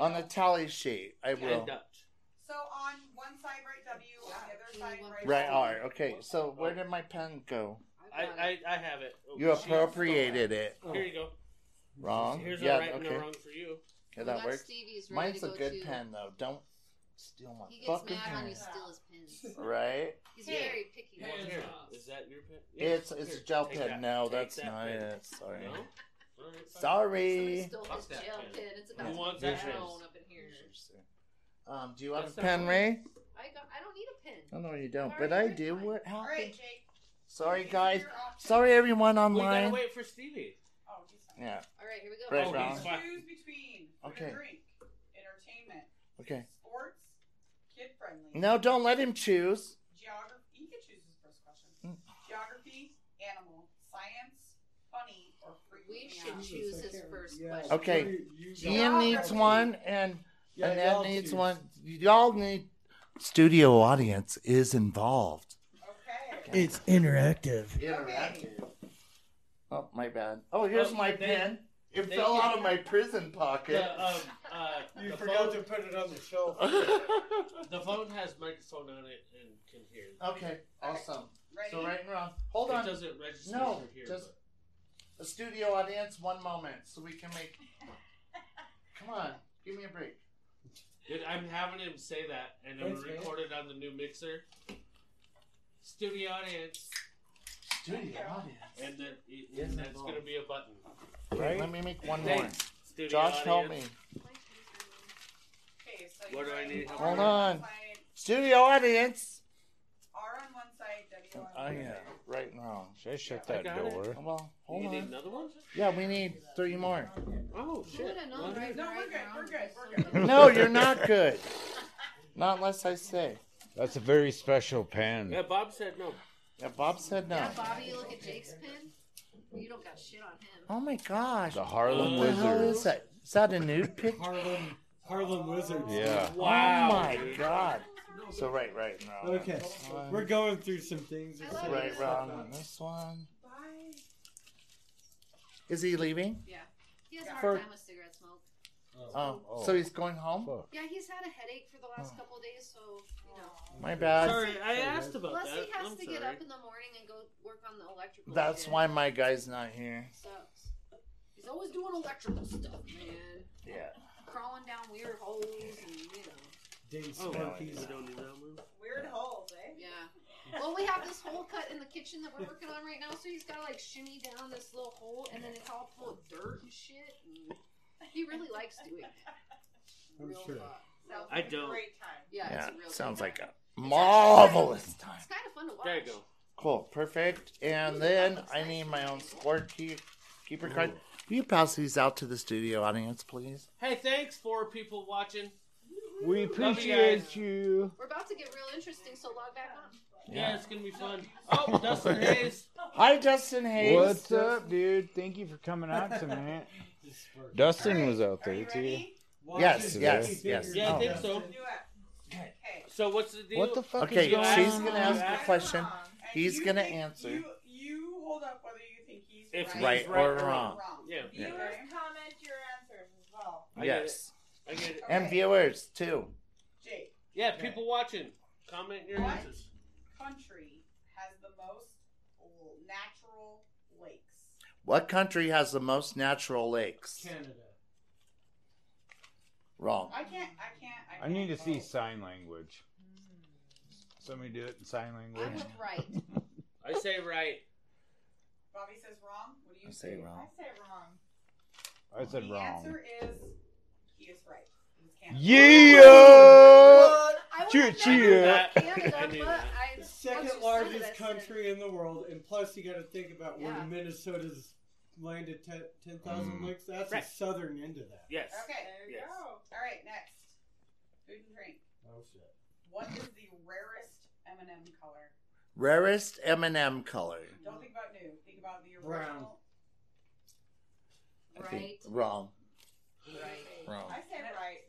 A: On
C: know.
A: a tally sheet, I
B: And
A: will.
B: Dutch.
C: So on one side write W, on the other side write
A: Right
C: R.
A: R. Okay, so where did my pen go?
B: I, I, I have it. Oh,
A: You
B: she-
A: appropriated it.
B: Here you go.
A: Wrong?
B: Here's
A: Yeah,
B: a right and
A: okay.
B: a wrong for you.
A: Okay, that works.
H: Stevie's ready
A: Mine's
H: to
A: a
H: go
A: good
H: too.
A: pen, though. Don't steal my
H: He gets
A: fucking
H: mad when
A: pen.
H: you steal his pens.
A: Right?
H: He's
B: Yeah.
H: very picky.
I: Yeah.
B: Here. Is that your pen? Yeah.
A: It's it's
B: Here,
A: a gel
B: take
A: pen.
B: that.
A: No,
B: Take
A: that's
B: that
A: not
B: pen.
A: it. Sorry.
B: No?
H: Somebody
A: Sorry.
H: stole
I: Fuck
H: his
I: that
H: gel
I: pen.
H: pen. It's about
B: Who wants
H: to
B: that
H: drown
B: pen?
H: up in here.
A: Um, do you have
B: That's
A: a
B: not
A: pen,
B: mine.
A: Ray?
H: I got. I don't need a pen.
A: Oh, no, you don't.
H: Alright,
A: But I
H: you're
A: do.
H: fine.
A: What
C: All right,
A: happened?
C: Jake.
A: Sorry,
C: These are
A: guys.
C: your options.
A: Sorry, everyone
B: We gotta
A: online.
B: wait for Stevie.
C: Oh, he's fine.
A: Yeah.
H: All right, here we go.
A: Right,
B: oh,
A: wrong.
B: he's fine.
C: Choose between food
A: Okay.
C: and drink, entertainment,
A: Okay.
C: sports, kid friendly,
A: No, don't let him choose.
C: geography. He can choose his first question.
A: Mm.
C: Geography, animal, science, funny, or freak
H: We
C: me
H: should
C: out.
H: choose
G: Jesus, I
H: his
G: can't-
H: first
G: yeah.
H: question.
A: Okay.
G: You- you
A: Ian
G: got-
A: needs one, and
G: Yeah,
A: Annette
G: y'all
A: needs
G: choose.
A: one. Y'all need. Studio audience is involved.
C: Okay.
G: It's interactive.
A: Interactive. Oh, my bad. Oh, here's
B: Oh,
A: my
B: your
A: pen.
J: It
B: They
J: fell
B: can-
J: out of my prison pocket.
B: The, um, uh,
G: You
B: the phone-
G: forgot to put it on the shelf.
B: The phone has microphone on it and can hear.
J: okay, awesome.
C: Ready?
J: So right and wrong. Hold on.
B: It doesn't register
J: No,
B: for here.
J: just the studio audience. One moment, so we can make. Come on, give me a break.
B: but- Dude, I'm having him say that, and I'm
G: Thanks, man.
B: recorded on the new mixer. Studio audience,
J: Studio audience.
B: and then it-
J: Yes,
B: that's
J: involved.
B: going to be a button.
J: Wait, Let me make one more.
B: Thanks, Studio
J: Josh, help me.
B: audience.
C: Okay, so
B: What do I need?
C: R
J: Hold
C: one
J: on.
C: side-
J: Studio audience.
C: R on one side, W on the
J: Oh
C: other.
J: yeah, right and wrong.
D: Should I shut
B: I
D: that
B: got it.
D: door?
J: Oh, Well, hold
B: you need
J: on.
B: another one?
J: Yeah, we need three more.
B: Oh shit!
H: Good enough,
B: Well,
H: right?
C: No, we're good. We're good. We're good.
J: No, you're not good. Not unless I say.
D: That's a very special pen.
B: Yeah, Bob said no.
J: Yeah, Bob said no.
H: Yeah, Bobby, you look at Jake's pin. You don't got shit on him.
J: Oh my gosh.
D: The Harlem
B: Uh,
J: What the hell
D: Wizard.
J: is that? Is that a nude picture?
G: Harlem, Harlem Wizards.
D: Yeah.
B: Wow.
J: oh my
B: dude.
J: god. So right, right, wrong.
G: Okay, we're going through some things.
H: I like
J: Right, wrong on this one.
C: Bye.
J: Is he leaving?
H: He has a hard
J: For-
H: time with cigarette smoke.
J: Oh, so he's going home?
D: Fuck.
H: Yeah, he's had a headache for the
A: Oh.
H: last couple of days, so you know.
J: My bad.
B: Sorry, I asked about
H: Plus,
B: that.
H: he has
B: I'm
H: to
B: sorry.
H: get up in the morning and go work on the electrical.
J: That's
H: shit.
J: why my guy's not here.
H: Sucks. He's always doing electrical stuff, man.
J: Yeah.
H: Crawling down weird holes and you know.
G: Dave
B: Oh,
G: Sparky's
B: we don't need that move.
C: Weird holes, eh?
H: Yeah. Well, we have this hole cut in the kitchen that we're working on right now, so he's got to like shimmy down this little hole, and then it's all full of dirt and shit. And he really likes doing it.
G: I'm
H: Real
G: sure.
H: fuck.
C: Sounds
B: I
C: like a
B: don't.
C: great time.
H: Yeah,
J: Yeah.
H: it's a real
J: Sounds
H: good
J: like
H: time.
J: a marvelous time.
H: It's kind of fun to watch.
B: There you go.
J: Cool. Perfect. And then I need my own score key, keeper card. Will you pass these out to the studio audience, please?
B: Hey, thanks for people watching.
D: We appreciate you.
H: We're about to get real interesting, so log back on.
B: Yeah, it's gonna be fun. Oh, Dustin Hayes.
J: Hi, Dustin Hayes.
D: What's up, dude? Thank you for coming out tonight. Dustin was out
C: Are
D: there
C: you
D: too.
C: ready?
J: Yes,
D: Watch
J: yes,
D: it.
J: yes.
B: Yeah, I
J: Oh.
B: think so.
C: Do it. Okay.
B: So what's the deal?
D: What the fuck
J: Okay,
D: is going
J: she's
D: on?
J: gonna ask
C: Right
J: the
C: or
J: question.
C: wrong, and
J: He's
C: you
J: gonna
C: think-
J: answer.
C: You, you hold up whether you think he's
B: If
C: right,
J: Right
B: He's
J: or
B: right or
C: or
J: wrong?
C: wrong.
B: Yeah.
C: Viewers,
H: Yeah.
C: comment your answers as well.
B: I get it.
J: Yes.
B: I get it.
J: And
C: Okay.
J: viewers too.
C: Jake,
B: Yeah, people watching. Comment your
C: What?
B: answers.
C: country has the most natural lakes.
J: What country has the most natural lakes?
G: Canada.
J: Wrong.
C: I can't. I can't. I,
D: I need to
C: can't
D: see
C: vote.
D: sign language. Somebody do it in sign
H: I'm
D: language.
H: with right.
B: I say right.
C: Bobby says wrong. What do you
J: I say wrong.
C: I say wrong.
D: I said
C: the
D: wrong.
C: answer is he is right. It was Canada.
D: Yeah.
H: I would
D: Cheer,
H: have never
D: cheer.
H: said Canada,
B: I knew
H: but
B: that.
H: I-
G: The
H: once you said
G: second
H: it, I
G: largest
H: said-
G: country in the world, and plus you got to think about
H: Yeah.
G: where Minnesota's landed ten ten thousand
D: Mm.
G: lakes. That's
B: Right.
G: the southern end of that.
B: Yes.
C: Okay. There you
B: Yes.
C: go. All right. Next, food and drink.
G: Oh shit.
C: What is the rarest M and m color?
J: Rarest M&M color.
C: Don't think about new. Think about the
G: Brown.
C: original.
J: I
H: Right.
J: think wrong. Wrong.
C: I say right.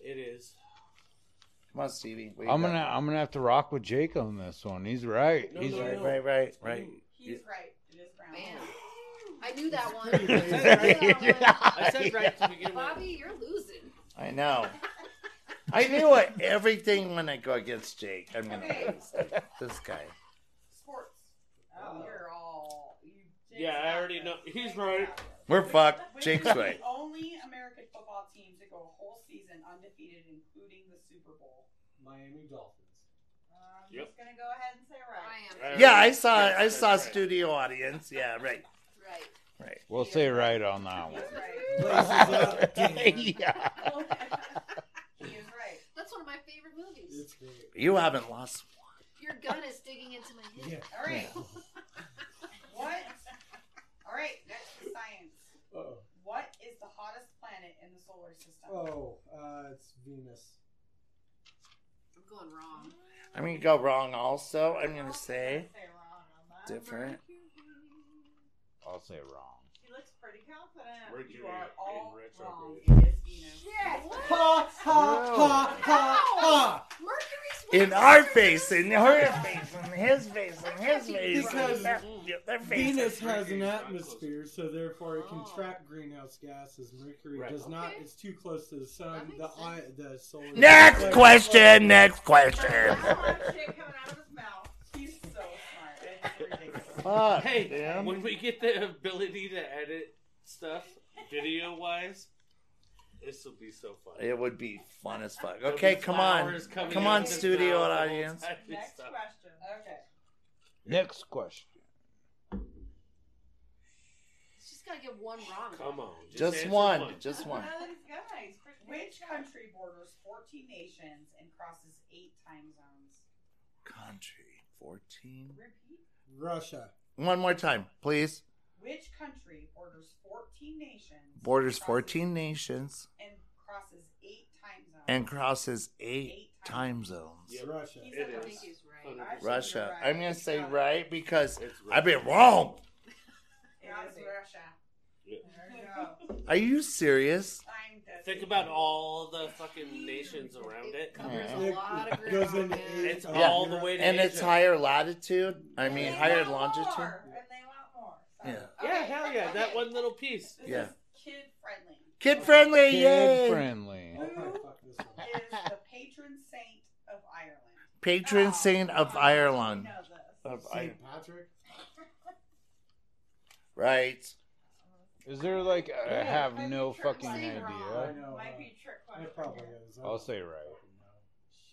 B: It is.
J: Come on, Stevie. What you
D: I'm
J: got?
D: gonna I'm gonna have to rock with Jake on this one. He's right.
B: No,
D: He's
B: no,
D: right.
B: no.
J: Right, right, right.
C: He's right. It is brown.
H: Man, I knew that one. I knew that one.
B: I said right to begin with.
H: Bobby, you're losing.
J: I know. I knew it. Everything when I go against Jake, I'm gonna
C: Okay.
J: lose. This guy.
C: Sports. Oh, you're all. You
B: Yeah, I already know. He's right.
J: We're fucked.
C: Which
J: Jake's
C: is
J: right.
C: The only American football team to go a whole season undefeated, including the Super Bowl.
G: Miami Dolphins.
K: I'm
B: Yep.
K: just gonna go ahead and say right.
H: I am.
B: Right.
J: Yeah, I saw. I
B: Yes,
J: saw
B: that's right.
J: studio audience. Yeah, right,
H: Right.
J: right.
D: We'll say right on that one.
C: He's right.
G: Places up, damn.
J: yeah.
C: he is right.
H: That's one of my favorite movies.
G: It's great.
J: You haven't lost.
H: Your gun is digging into my head.
G: Yeah.
C: All right. What? All right. Next is science.
G: Oh.
C: What is the hottest planet in the solar system?
G: Oh. Uh, it's Venus.
H: I'm going wrong.
J: I'm gonna go wrong. Also, I'm gonna say
K: Say wrong on that.
J: different.
D: I'll say wrong.
K: He looks pretty confident.
B: Mercury
C: You are all
B: in
C: wrong.
B: retrograde.
C: It is Venus.
K: Shit.
H: What?
G: Ha ha ha ha ha.
H: Mercury's
J: In our face, in her face, in
A: his face and his face.
G: Because
A: and their,
B: Mm.
A: their face
G: Venus
A: is-
G: has an atmosphere, so therefore it can
H: Oh.
G: trap greenhouse gases. Mercury
A: Right.
G: does not. It's too close to the sun. The eye, the solar.
A: Next
G: Like-
A: question. Next question.
K: He's so smart. It's ridiculous.
J: Fuck,
B: hey,
J: Dan.
B: when we get the ability to edit stuff video wise, this will be so fun.
A: it would be fun as fuck.
B: There'll
A: Okay,
B: be
A: come on,
B: flowers coming
A: come
B: out
A: on,
B: of his
A: studio and
B: mouth the whole
A: audience.
B: time and
K: Next
B: stuff.
K: question. Okay.
D: Next question.
H: She's gotta get one wrong.
B: Come on,
J: Just
B: answer
J: one, just
K: One
J: one.
K: of these guys. Christian.
C: Which country borders 14 nations and crosses eight time zones?
A: Country fourteen.
C: Repeat.
G: Russia.
J: One more time, please.
C: Which country borders 14 nations?
J: Borders
C: crosses-
J: 14 nations
C: And crosses eight time zones.
J: and crosses eight time zones.
B: Yeah,
G: Russia.
C: He said
B: It
C: I
B: is.
C: think he's
B: Hundred
C: I
B: percent.
C: should-
J: Russia.
C: You're right.
J: I'm going to say right because
B: It's right.
J: I've been wrong.
C: Yeah, it's Russia.
B: Yeah.
K: There you go.
J: Are you serious?
C: I'm dead.
B: Think about all the fucking nations around it.
H: Covers
J: Yeah.
H: a lot of
G: It
H: ground.
G: goes into
H: man.
B: It's
G: Yeah.
B: all the way to
J: And
B: Asia.
J: it's higher latitude. I mean,
K: And they
J: higher
K: want
J: longitude.
K: more, And they want more. So-
J: Yeah.
B: Yeah,
C: Okay,
B: hell yeah, that
C: okay.
B: one little piece.
C: This
J: Yeah.
C: is kid friendly.
J: Kid friendly,
D: Kid
J: yay!
D: friendly.
G: I'll probably Oh, fuck this one.
C: Is the patron saint of Ireland.
J: Patron
K: Oh,
J: saint
K: come
J: of
K: on,
J: Ireland.
K: You know this.
J: Of
G: St.
J: Ireland.
G: Patrick.
J: Right.
D: Is there like I
G: Yeah,
D: have
K: I'm
D: no
K: sure
D: fucking
K: I'm
D: idea?
K: saying wrong.
G: I know.
K: Might
G: uh,
K: be a trick
G: It
K: question.
G: probably is. I
D: I'll
G: don't
D: say right.
G: fucking know.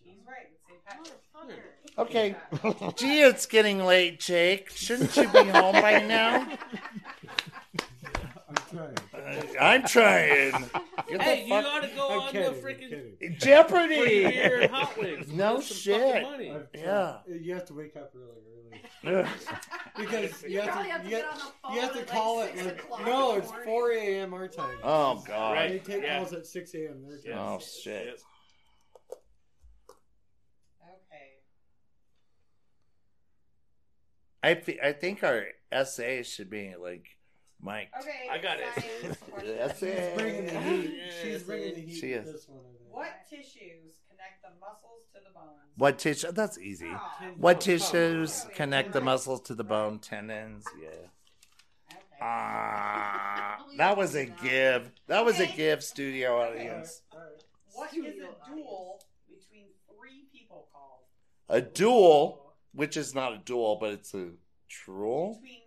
C: He's right. It's St. Patrick.
H: Motherfucker.
J: Okay. Gee, it's getting late, Jake. Shouldn't you be home by now?
G: I'm trying.
J: Uh, I'm trying. Get the
B: Hey, you
J: fuck-
B: gotta go
G: I'm
B: on
G: kidding,
B: the
G: I'm
B: freaking
G: kidding.
B: free beer
J: Jeopardy.
B: and hot wings.
J: No
B: Put some fucking
J: shit.
B: money.
G: I've tried.
J: Yeah.
G: You have to wake up really early.
J: Ugh.
G: Because you
H: You
G: have
H: probably
G: to,
H: have to
G: you
H: get
G: have-
H: on the phone
G: you have
H: at,
G: to
H: like,
G: call it.
H: 6
G: Like,
H: o'clock in
G: no,
H: the
G: it's
H: morning.
G: 4 a.m. our time.
J: oh God.
G: They
B: Right.
G: take
B: yeah.
G: calls at 6 a.m. their time.
J: Oh shit.
C: Okay.
J: I fe- I think our SA should be like Mike.
C: Okay.
B: I got it.
C: science question.
G: She's bringing the
J: SA.
G: heat.
B: Yeah,
G: She's
B: yeah,
G: bringing
B: yeah.
G: the heat.
J: She
G: with
J: is.
G: This one, I think.
C: What tissues connect the muscles to the bones? Ah,
J: What tissue? That's easy.
C: Aw,
G: Oh,
J: What tissues connect the muscles to the bone tendons? Yeah.
C: okay.
J: Ah, that was a give. That was a give, studio
G: All right,
J: audience.
G: all right.
C: What is
H: Studio
C: a duel between three people called?
J: A duel, which is not a duel, but it's a troll.
C: Between.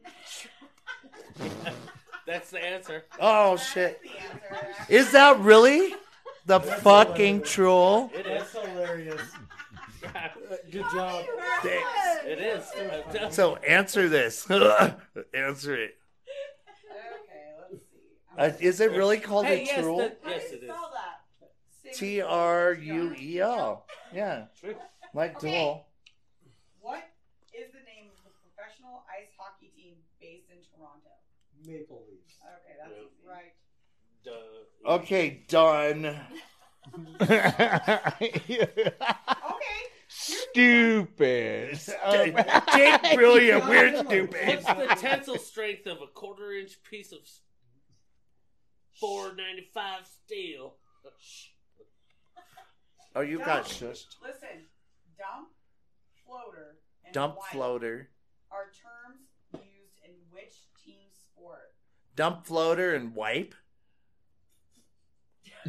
B: That's the answer.
J: Oh
C: That is
J: shit!
C: the
H: Oh,
C: answer.
J: Is that really the
G: That's
J: fucking
G: hilarious.
J: troll?
B: It
G: That's
B: is.
G: hilarious. Uh, Good job.
B: It is. Uh,
J: So answer this. answer it.
C: Okay, let's see.
J: Uh, is it really called
B: Hey,
J: a
B: yes,
J: troll?
B: that-
K: How do
B: yes,
K: you
B: it is.
K: spell that?
J: T R U E L. Yeah,
B: Trick.
J: like
H: Okay.
J: duel.
C: What is the name of the professional ice hockey team based in Toronto?
G: Maple Leafs.
C: Okay, that's
B: Yeah.
C: easy. right.
B: Duh.
J: Okay, done.
C: Okay.
D: Stupid.
J: Jake, brilliant, we're stupid.
B: What's the tensile strength of a quarter inch piece of four ninety five steel?
J: Oh, you got shushed.
C: Listen, dump, floater, and
J: Dump
C: wipe
J: floater.
C: are terms used in which team sport?
J: Dump floater and wipe.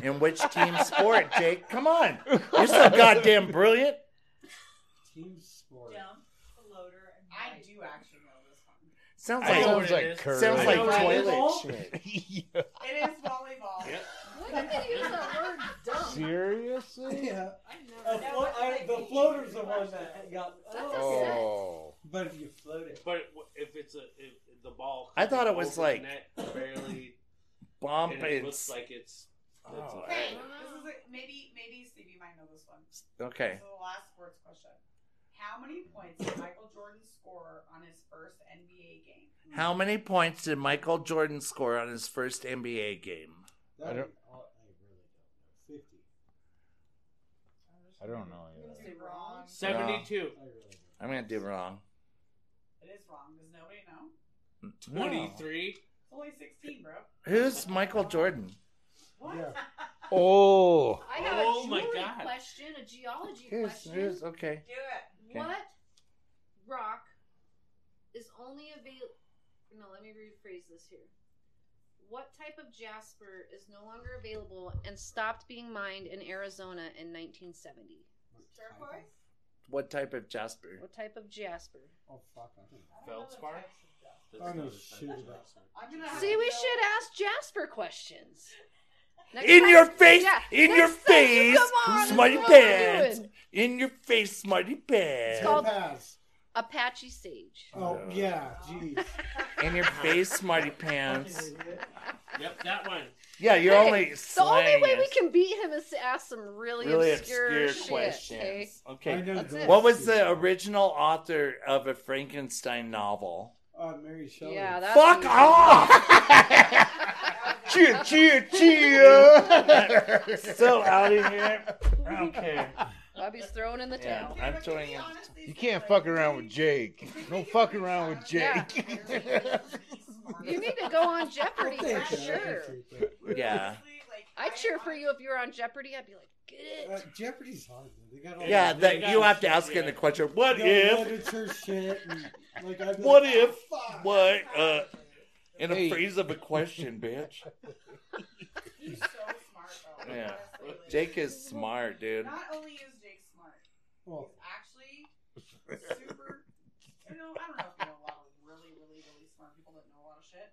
J: In which team sport, Jake? Come on. You're so goddamn brilliant.
G: Team sport.
K: Dump, floater, and
C: I
K: right.
C: do actually know this one.
J: Sounds
B: I know what
D: sounds
J: like
B: it
D: like
B: is.
D: curly.
J: sounds like
B: I know it is.
J: toilet shit.
D: Yeah.
C: It is volleyball.
B: Yep.
H: When did they use that word dumb?
D: Seriously?
G: Yeah.
H: I've
G: A
H: never.
C: That's
G: flo-
C: what
G: I,
C: they
G: the
C: mean.
G: floater's the one that got.
D: Oh.
G: But if you float it.
B: But if it's a if the ball,
J: I thought it was
B: over the
J: like-
B: net barely,
J: Bump
B: and it
J: and
B: looks like it's. it's
J: Oh.
B: a-
C: Hey,
H: Wow.
C: this is a, maybe maybe Stevie might know this one.
J: okay.
C: This is the last sports question. How many points did Michael Jordan score on his first NBA game?
J: How many points did Michael Jordan score on his first NBA game?
G: That
D: I don't-
G: is all- I really don't know. 50.
D: I don't know
K: I'm gonna
D: either.
K: say wrong.
B: Seventy two.
G: I really don't.
J: I'm gonna do wrong.
C: It is wrong. Does nobody know?
B: Twenty three.
C: It's only 16, bro.
J: Who's Michael Jordan?
C: What?
G: Yeah.
D: Oh.
H: I have
B: Oh
H: a
B: my
H: jewelry
B: God.
H: question, a geology
J: Here's,
H: question.
J: here's okay.
C: Do it.
H: What rock is only available. No, let me rephrase this here. What type of jasper is no longer available and stopped being mined in Arizona in 1970?
K: Turquoise?
A: What type of jasper?
H: What type of jasper?
G: Oh fuck!
B: Feldspar?
G: I don't know shit about
C: I'm gonna have
H: See,
C: to
H: we
C: go-
H: should ask Jasper questions. Next
A: in
H: time-
A: your face,
H: Yeah,
A: in
H: next
A: your
H: time you
A: face,
H: come on,
A: smarty
H: that's what we're
A: pants,
H: doing.
A: in your face, smarty pants.
H: It's called
G: Pass.
H: Apache Sage.
G: Oh yeah, jeez.
A: in your face, smarty pants.
B: Yep, that one.
A: Yeah, you're
H: Hey,
A: only
H: The only
A: slang
H: way we
A: is
H: can beat him is to ask some really,
A: really
H: obscure,
A: obscure
H: shit, eh? okay?
A: questions.
G: I
A: Okay,
G: know
H: That's
G: those
H: it.
A: what was
G: two.
A: the original author of a Frankenstein novel?
G: Uh, Mary Shelley.
H: Yeah, that's
A: Fuck
H: easy.
A: off! cheer, cheer, cheer! Still out of here. Okay.
H: Bobby's throwing in the
A: Yeah,
H: towel.
A: I'm throwing
C: We
A: it.
C: honestly
D: You
C: said,
D: can't
C: like,
D: fuck around with
C: we-
D: Jake. Don't fuck around with
H: Yeah.
D: Jake.
H: You need to go on Jeopardy
G: I'll
H: for
G: take that, I'll
H: sure.
G: take that.
A: Yeah.
C: Honestly, like,
H: I'd
C: I-
H: cheer for
C: I-
H: you if you were on Jeopardy. I'd be like, get it.
G: Uh, Jeopardy's hard. Though. They got all
A: Yeah,
G: that
A: that you have to ask him the question. What if?
G: literature shit. And, like, I'd be
A: What
G: like,
A: if?
G: "Oh, fuck."
A: What? Uh, in a
D: Hey.
A: phrase of a question, bitch.
C: He's so smart, though. like,
A: Yeah.
C: honestly, like-
A: Jake is smart, dude.
C: Not only is Jake smart,
G: Well,
C: he's actually super. You know, I don't know if you know a lot of really, really, really smart people that know a lot of shit.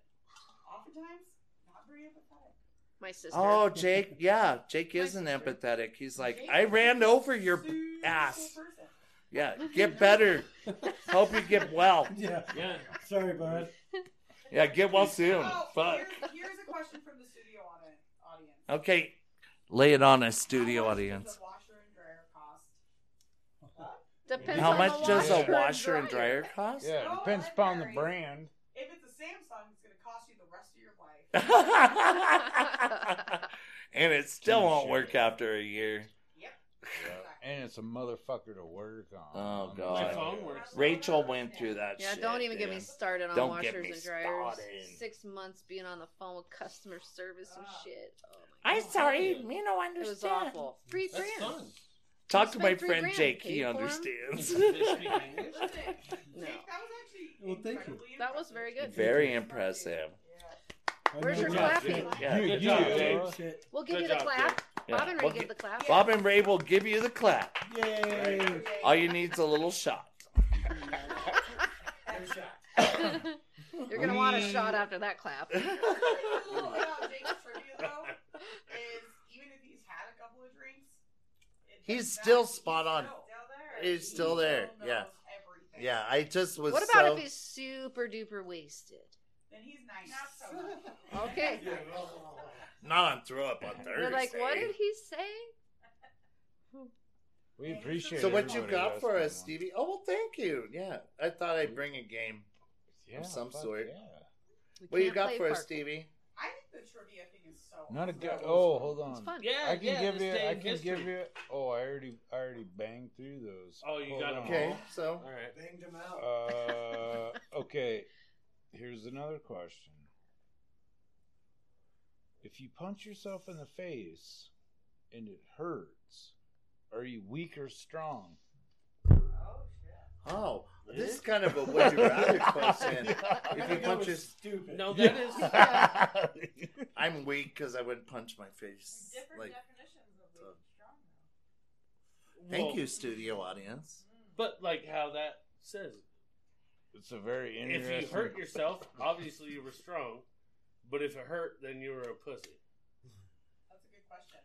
C: Oftentimes, not very empathetic.
H: My sister.
A: Oh, Jake. Yeah, Jake
H: My
A: isn't
H: sister.
A: empathetic. He's like,
C: Jake
A: I
C: is
A: ran
C: a
A: over your.
C: super
A: ass.
C: person.
A: Yeah, get better. Hope you get well.
G: yeah.
B: Yeah.
G: Sorry, bud.
A: Yeah, get well soon.
C: Oh,
A: Fuck.
C: Here's, here's a question from the studio audi- audience.
A: Okay, lay it on us,
C: How
A: studio
C: much does
A: audience.
C: a washer and dryer cost?
H: Depends
A: How
H: on
A: much
H: the
A: does a
D: and
A: washer and dryer cost?
D: Yeah, it depends upon the brand.
C: If it's a Samsung, it's going to cost you the rest of your life.
A: and it still won't work after a year.
C: Exactly.
D: And it's a motherfucker to work on.
A: Oh,
D: I mean,
A: God.
B: My phone works.
A: Rachel went through that
H: Yeah,
A: shit.
H: don't even get me
A: dude.
H: started on
A: Don't
H: washers
A: get me
H: and dryers.
A: started.
H: Six months being on the phone with customer service and
C: Ah.
H: shit. Oh my
A: I'm
H: God.
A: sorry, me no
H: It was
A: understand.
H: awful. Three
B: That's
H: grand.
B: fun.
A: Talk to
H: Spent
A: my
H: three
A: friend
H: grand,
A: Jake;
H: paid
A: he
H: for 'em.
A: understands.
C: Listen,
H: No.
C: Jake, that was actually
G: Well, thank you.
C: incredibly
H: That was
C: impressive.
H: very good.
A: Very impressive.
C: Yeah.
G: I
H: Where's
G: know
H: your
G: that.
B: job,
H: clapping?
B: Jake.
A: Yeah,
D: You-
A: good
D: you-
A: job,
G: Yeah,
A: Jake.
G: shit.
H: We'll give
B: Good
H: you the
B: job,
H: clap.
A: Yeah.
H: Bob and Ray
A: We'll
H: give
A: gi-
H: the clap.
A: Bob and Ray will give you the clap.
G: Yay.
A: All you need's a little shot.
H: You're gonna want a shot after that clap.
C: A little bit about Jake's trivia, though, is even if he's had a couple of drinks, it
J: He's
C: doesn't
J: still
C: matter.
J: spot on.
C: still there.
J: He's still
C: He
J: there,
C: knows
J: yeah.
C: everything.
J: Yeah, I just was
H: What about
J: so.
H: if he's super duper wasted?
C: Then he's nice.
K: Not so much.
H: Okay.
A: Not on throw up on Thursday.
H: You're like, what did he say?
D: We appreciate
J: so what you
D: everybody
J: got
D: that's
J: for
D: been
J: us,
D: on.
J: Stevie? Oh well, thank you. Yeah, I thought I'd bring a game.
D: Yeah,
J: Of some
D: fuck
J: sort.
D: Yeah.
H: We
J: What you
H: can't
J: got
H: play
J: for us,
H: parkour.
J: Stevie?
C: I think the trivia thing is so.
D: Not a
C: awesome.
D: good. Oh, hold
H: It's
D: on.
H: fun.
B: Yeah,
D: I can
B: yeah,
D: give
B: this
D: you.
B: day
D: I
B: in
D: can
B: history.
D: give you. Oh, I already, I already banged through those.
B: Oh, you
D: Hold
B: got 'em
D: on.
J: Okay, so
B: All right.
G: Banged him out.
D: Uh, okay. Here's another question. If you punch yourself in the face and it hurts, are you weak or strong?
J: oh, this is kind of a would you rather question. If you
G: That
J: punch
G: was
J: your,
G: stupid.
B: No, that is.
J: I'm weak because I wouldn't punch my face.
K: Different
J: Like, uh,
K: definitions of weak and strong.
J: thank
B: Well,
J: you, studio audience.
C: Hmm.
B: But like how that says,
D: It's a very
B: if
D: interesting.
B: you hurt yourself, obviously you were strong. But if it hurt, then you were a pussy.
C: That's a good question.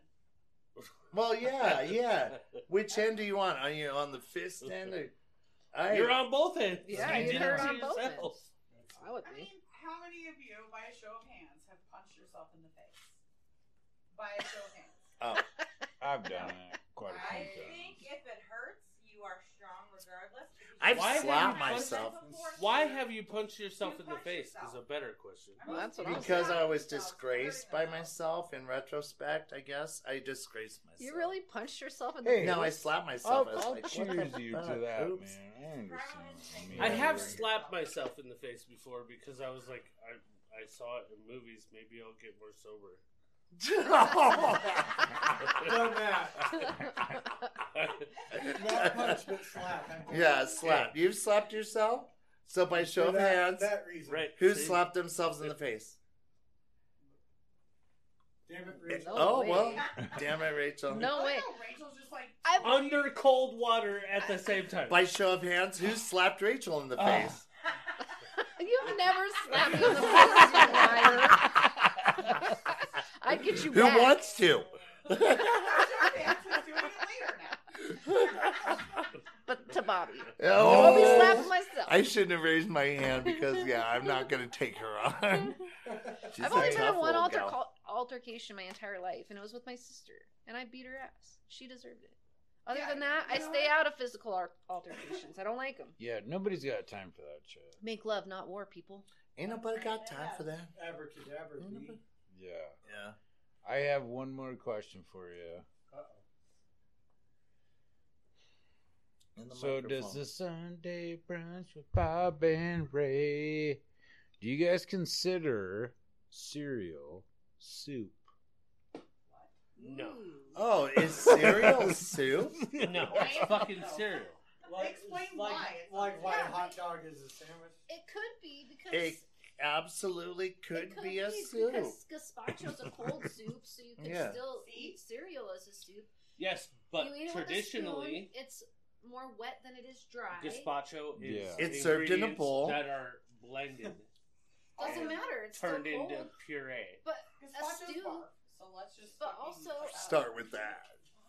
J: Well, yeah, yeah. Which end do you want? Are you on the fist end? Or... I,
B: You're on both ends.
H: Yeah,
B: you
H: you
B: did
H: hurt
B: it to
H: on both
B: yourself.
H: ends. I would
C: I
H: be.
C: mean, how many of you, by a show of hands, have punched yourself in the face? By a show of hands.
D: I've done that quite a few
K: I
D: times.
K: think if it hurts, you are strong regardless.
J: I've
B: Why have
J: slapped
B: you punched-
J: myself
B: Why have you punched yourself
C: You
B: in the
C: punched
B: face? Is a
C: yourself.
B: better question.
C: I
H: Well,
C: mean,
H: that's what I'm
J: because
C: you
J: I was
C: yourself,
J: disgraced by
C: hurting yourself.
J: myself. In retrospect, I guess I disgraced myself.
H: You really punched yourself in the
D: Hey,
H: face.
J: No, I slapped myself.
D: I'll,
J: I was
D: I'll
J: like, what the
D: choose you to
J: fuck?
D: that,
J: Oops.
D: man. I understand. I, mean,
B: I
D: yeah,
B: have
D: you're-
B: slapped myself in the face before because I was like, I, I saw it in movies. Maybe I'll get more sober.
G: Done Not punch, but slap.
J: Yeah, slap. You've slapped yourself? So by show of
G: that-
J: hands,
G: that reason. Right,
J: who
G: see?
J: slapped themselves in the face?
G: Damn it,
J: Eh,
G: Rachel.
J: oh,
G: way.
J: well. Damn it, Rachel.
A: No way.
C: oh, Rachel's just like
B: Under cold water at the same time. Uh,
J: By show of hands, who slapped Rachel in the face?
A: You've never slapped me in the face, you liar. I'd get you
J: who
A: back.
J: wants to?
A: But to Bobby.
J: Oh.
A: I'll be slapping myself.
J: I shouldn't have raised my hand because, yeah, I'm not going to take her on. She's
A: I've
J: a
A: only been
J: tough
A: in one
J: little
A: alter-
J: gal.
A: altercation my entire life, and it was with my sister, and I beat her ass. She deserved it. Other than that, I stay out of physical ar- altercations. I don't like them.
D: Yeah, nobody's got time for that shit.
A: Make love, not war, people.
J: Ain't nobody got time for that.
G: Abracadabra. B.
D: Yeah.
J: Yeah.
D: I have one more question for you.
J: In the
D: So does
J: microphone.
D: the Sunday brunch with Bob and Ray? Do you guys consider cereal soup?
B: No.
J: Oh, is cereal soup?
B: No, it's fucking cereal.
G: Like,
H: Explain
G: like,
H: why.
G: Like why
H: Yeah.
G: a hot dog is a sandwich.
H: It could be because
J: It absolutely could,
H: could
J: be a
H: be
J: soup.
H: Because gazpacho's a cold soup, so you could
J: Yeah.
H: still eat cereal as a soup.
B: Yes, but
H: you eat it with a
B: traditionally,
H: spoon, it's more wet than it is dry.
B: gazpacho is
J: Yeah. It's served in a
B: ingredients
J: bowl.
B: that are blended,
H: Doesn't matter. It's
B: turned
H: still
B: into
H: cold.
B: puree.
H: But a
C: Gazpacho's
H: stew.
C: barf, so let's just
H: But
C: fucking
H: also,
C: put that out.
J: Start with that.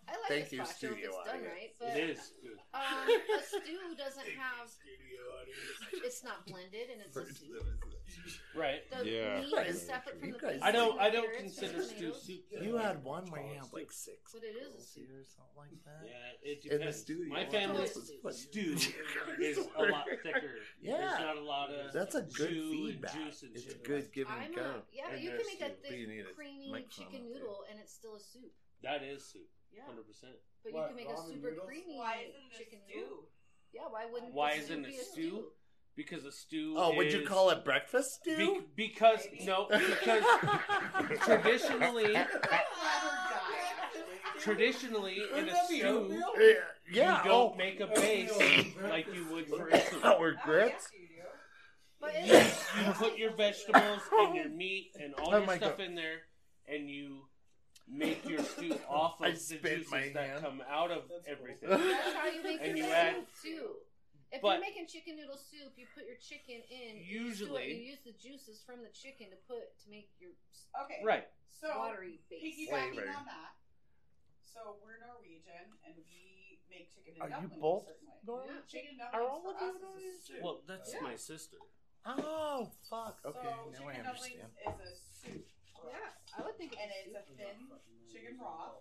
H: I like
J: Thank
H: gazpacho
J: you,
H: if
J: studio
H: it's done
J: audience.
H: right, but
B: It is good.
H: um, a stew doesn't have. It's not blended, and it's a soup.
B: Right.
H: The meat
J: Right.
H: is separate from
J: You
H: the
J: guys-
B: I don't. I don't
H: carrots and
B: consider stew
H: tomatoes.
B: soup.
J: You had one where you had like six
H: But it is a
J: girls
H: soup.
J: here or something like that.
B: Yeah, it
J: In the
B: depends.
J: stew,
B: My
J: you want
B: family's
J: to put-
B: stew is a lot thicker.
J: Yeah.
B: There's not a lot of
J: That's a good
B: jus and
J: feedback.
B: juice and
J: it's
B: shit.
J: a good give
H: I'm
J: and go.
H: not. Yeah, but
B: And
H: you can
B: there's
H: make a
B: soup. But you
H: thick
J: need a
H: creamy
J: microphone
H: chicken
J: up there.
H: noodle, and it's still a soup.
B: That is soup.
H: Yeah.
B: Hundred percent.
H: But
G: What,
H: you can make a
G: ramen
H: super
G: noodles?
H: creamy
A: Why
H: isn't chicken noodle. Yeah, why wouldn't
B: Why
H: this
B: isn't
H: be
B: it stew? Because a stew.
J: Oh, would you
B: is-
J: call it breakfast
B: Be-
J: stew?
B: because no, because traditionally, traditionally in a
G: that be
B: stew,
G: oatmeal?
J: Yeah, Uh, yeah,
B: you don't
J: oh.
B: make a base
J: Oatmeal.
B: like you would for
J: or
C: Oh,
B: instance.
J: grits?
H: But
B: You put your vegetables and your meat and all
J: Oh
B: your
J: my
B: stuff
J: God.
B: in there, and you make your stew off
J: I
B: of the
J: spit
B: juices
J: my
B: that
J: hand.
B: come out of
G: That's cool.
B: everything.
H: That's how you make
B: And
H: your chicken
B: you add-
H: soup. If
B: but-
H: you're making chicken noodle soup, you put your chicken in. and you stew it.
B: Usually-
H: you use the juices from the chicken to put to make your s-
C: Okay.
B: Right.
C: So
H: watery base.
C: piggybacking
J: Flavor.
C: on that. So we're Norwegian and we make chicken
J: Are
C: and
J: you
C: dumplings.
J: both
C: a certain way.
J: Norwegian?
C: Yeah, Chicken and
J: Are
C: dumplings
J: all
C: for
J: of you
C: us is a soup.
B: Well, that's
C: Yeah.
B: my sister.
J: Oh, fuck. Okay,
C: so
J: now I
C: chicken
J: understand.
C: dumplings is a soup. for us.
H: Yeah, I would think
C: And it's a thin chicken broth.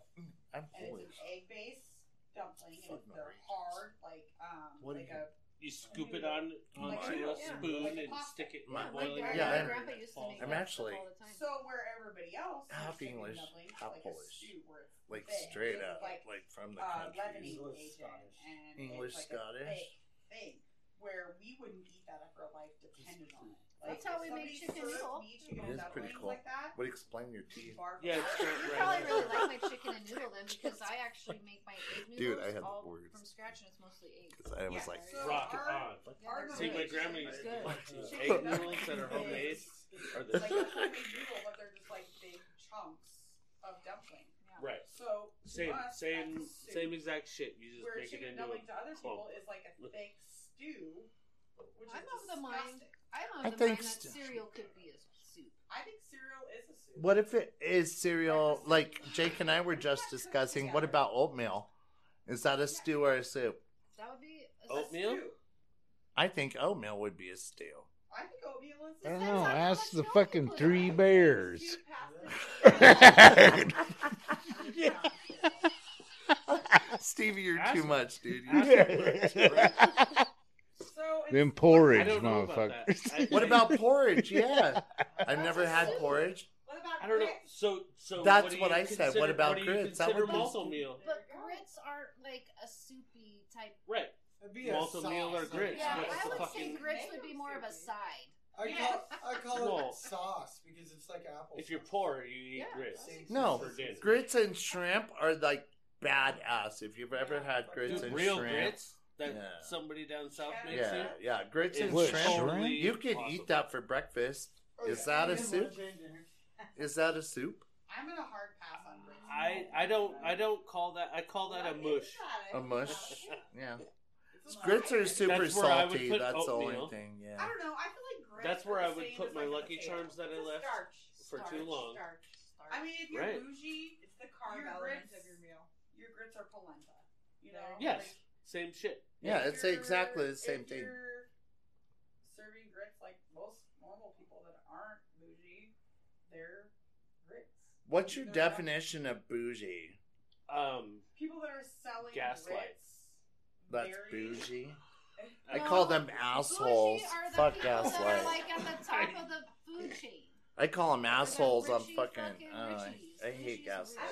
J: I'm
C: and it's
J: foolish.
C: an egg based dumpling, and
J: Fuck
C: it's, they're
J: Norwegians.
C: hard, like um,
J: What
C: like
J: do you-
C: a
B: You scoop it on
J: Like
B: onto
J: a-
B: a
J: yeah.
B: spoon
C: Like a
B: and
C: pasta.
B: stick it in the
J: My- my
B: boiling
J: grandma-
B: water.
J: yeah,
B: and
J: I'm-
H: grandpa used to
B: falls
H: make
B: out.
J: I'm
H: that
J: actually-
H: stuff all the time.
C: so where everybody else
J: Half
C: makes chicken
J: English,
C: dumplings,
J: half
C: like
J: Polish.
C: A stew where it's
J: Like
C: thick.
J: straight
C: This is
J: up,
C: like,
J: like from the
C: uh,
J: country.
C: Lebanese
G: English,
C: Asian,
G: Scottish.
C: and
J: English,
C: it's like
J: Scottish.
C: a thick thing where we wouldn't eat that if our life depended on it. Like,
H: That's how
C: if
H: we make
C: somebody
H: chicken
C: served
H: noodle.
C: me chicken
J: It
C: and
J: is pretty
C: dumplings
J: cool.
C: Like that,
J: Would explain your teeth.
C: barf
B: Yeah,
C: out.
B: it's straight,
H: You
B: right,
H: probably
B: right.
H: really like my chicken and noodle then because I actually make my egg noodles
J: Dude, I had the
H: all
J: words.
H: from scratch and it's mostly eggs.
J: 'Cause I was
H: Yeah.
J: like,
C: So
B: Rock
C: our-
B: on.
H: Yeah, they're
B: See, my
H: good.
B: grandma
H: It's
B: used to
H: good.
G: Uh,
B: do egg noodles that are homemade. Are
C: It's
B: the
C: like a homemade noodle, but they're just like big chunks of dumpling.
B: right.
C: So to
B: Same,
C: us,
B: same,
C: that's soup.
B: same exact shit. You just
C: Where
B: make it
C: chicken
B: into a
C: dumpling to other people
B: clump.
C: is like a
B: Look.
C: thick stew, which
H: I'm
C: is
H: of the
C: disgusting.
H: mind. I'm
J: I
H: of the
J: think
H: mind that
J: so.
H: cereal could be a soup.
C: I think cereal is a soup.
J: What if it is cereal? Like Jake and I were just discussing. What about oatmeal? Is that a stew or a soup?
H: That would be a
C: A
B: Oh. Oatmeal?
C: stew.
J: I think oatmeal would be a stew.
C: I think oatmeal is.
D: I
C: a
D: don't
C: soup.
D: know. Ask the
H: much
D: fucking
H: milk you put
D: three
H: in.
D: bears.
C: Stew pasta.
J: Stevie, you're
B: Ask-
J: too much, dude. You're
C: so it's-
D: Them
B: I
D: porridge,
B: don't know about that. I-
D: motherfuckers.
J: What about porridge? Yeah, I've never had porridge.
C: What about
B: I don't know.
C: grits?
B: So, so
J: That's
B: do
J: what
B: you
J: I said.
B: consider-
J: What about
B: do you
J: grits? That
B: consider
J: would be-
B: malto meal,
H: But grits aren't like a soupy type.
B: right?
G: It'd be a
B: Malto meal
G: sauce,
B: or grits,
G: Yeah,
H: Yeah,
B: what's
H: I
B: the
H: would
B: fucking-
H: say grits would be more of a side.
G: I
L: Yes.
G: call I call
B: Well,
G: it sauce because it's like apple.
B: If you're poor, you eat grits.
J: No,
B: For dinner.
J: grits and shrimp are like badass. If you've ever had grits
B: Dude,
J: and
B: real
J: shrimp,
B: grits that
J: yeah.
B: somebody down south makes
J: Yeah,
B: you.
J: yeah, grits and
B: is
J: shrimp.
B: totally
J: You can
B: awesome.
J: eat that for breakfast.
G: Oh,
J: Is that a soup? Is that a soup?
C: I'm gonna hard pass on grits.
B: I I don't I don't call that I call that a mush.
J: A mush? Yeah. Grits are super
B: That's where I would
J: salty.
B: put
J: That's the
B: oatmeal.
J: only thing. Yeah.
C: I don't know. I feel like grits.
B: That's where
C: are the
B: I would
C: same
B: put
C: as,
B: my
C: like, a
B: Lucky
C: potato.
B: Charms that I
C: It's a
B: left
C: starch,
B: for too
C: starch,
B: long.
C: starch, starch. I mean, if you're
B: Right.
C: bougie, it's the carb your
K: elements
C: grits, of your meal. Your grits are polenta. You know.
B: Yes,
C: Like,
B: same shit.
J: Yeah,
C: if
J: it's
C: you're-
J: exactly the same
C: if
J: thing.
C: You're serving grits like most normal people that aren't bougie. They're grits.
J: What's your
C: You know what I'm
J: definition of bougie?
B: Um,
C: People that are selling
B: Gaslight.
C: grits.
J: That's
C: Very-
J: bougie. I call them assholes.
K: Bougie are the
J: Fuck
K: people that are,
J: gaslight.
K: like at the top of the food chain.
J: I call them assholes. I'm
K: Richie
J: fucking.
K: fucking
J: oh, I, I hate gaslight.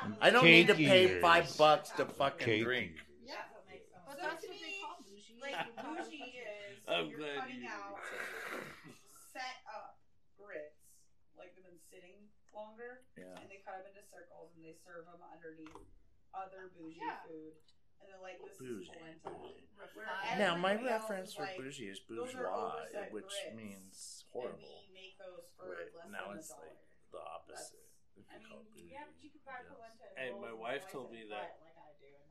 K: top
J: I don't need to
D: Cake
J: pay
D: eaters.
J: five bucks to fucking
D: Cake
J: drink.
C: Yeah, that makes sense.
K: But
C: So
K: that's
C: to
K: what they
C: me,
K: call bougie.
C: Like bougie is
B: I'm
C: you're
B: glad
C: cutting
B: you-
C: out set up grits like they've been sitting longer,
J: Yeah.
C: and they cut them into circles and they serve them underneath other bougie
K: Yeah.
C: food, and they're like this
J: Bougie.
C: is polenta. Where
J: Now, my
C: everybody else
J: reference
C: is
J: for
C: like,
J: bougie is
C: "Those are
J: bourgeois,
C: overset
J: which
C: grits,
J: means
C: and
J: horrible.
C: we make those for
J: Right.
C: less
J: Now
C: than
J: it's
C: a dollar.
J: like the opposite. If
C: I
J: you call it
C: mean,
J: bougie.
C: yeah, but you can buy polenta.
B: And my wife told me that-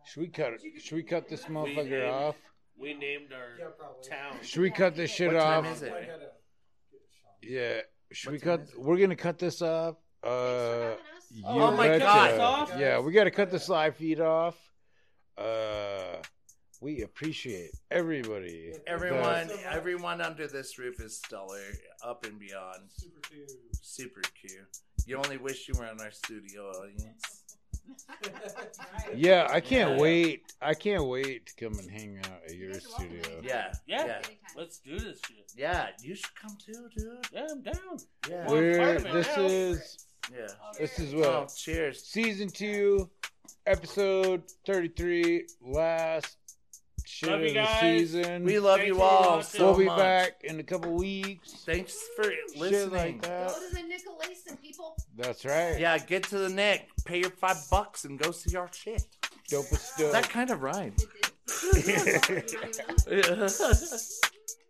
D: Should we cut? Should we cut this motherfucker
B: named-
D: off?
B: We named our town.
D: Should we cut this shit
J: What time
D: off?
J: is it?
G: I gotta
D: Yeah. Should we cut? We're gonna cut this off. Uh, you
J: Oh my
D: betcha.
J: God.
D: Yeah, we gotta cut this live feed off. Uh, we appreciate everybody. that-
J: Everyone, everyone under this roof is stellar, up and beyond.
G: super too.
J: Super cute. You only wish you were in our studio audience.
D: Yeah, I can't
J: Yeah.
D: wait. I can't wait to come and hang out at your studio.
J: Yeah,
B: Yeah.
J: yeah,
B: Let's do this shit.
J: yeah. You should come too, dude.
B: Yeah, I'm down.
J: Yeah,
D: We're
B: Part of it
D: this
B: now.
D: is
J: yeah.
D: this is what
J: Well, cheers.
D: season two, episode thirty three, last shit
B: Love you
D: of the
B: guys.
D: season.
J: We love
B: Thanks
J: you
B: for
J: all
B: watching.
J: so
D: Mm. we'll be
J: much.
D: back in a couple weeks.
J: Thanks for
D: Shit
J: listening.
D: like that.
K: Go to the Nicolason people.
D: That's right.
J: Yeah, get to the neck, pay your five bucks, and go see our shit.
D: Dope as
J: That
D: dope.
J: kind of rhymes.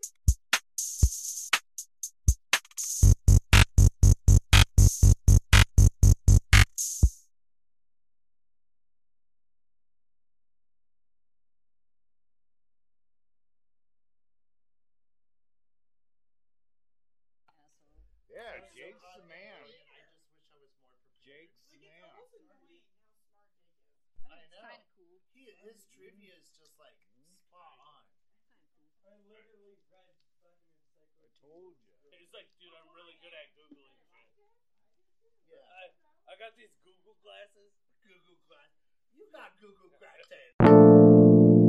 D: Yeah, Jake's the man. Jake's the man.
J: I know. He, his trivia is just like spot on.
G: I literally read fucking encyclopedia.
B: He's like, dude, I'm really good at googling shit.
J: Yeah.
B: I, I got these Google glasses. Google glasses.
J: You got Google Crack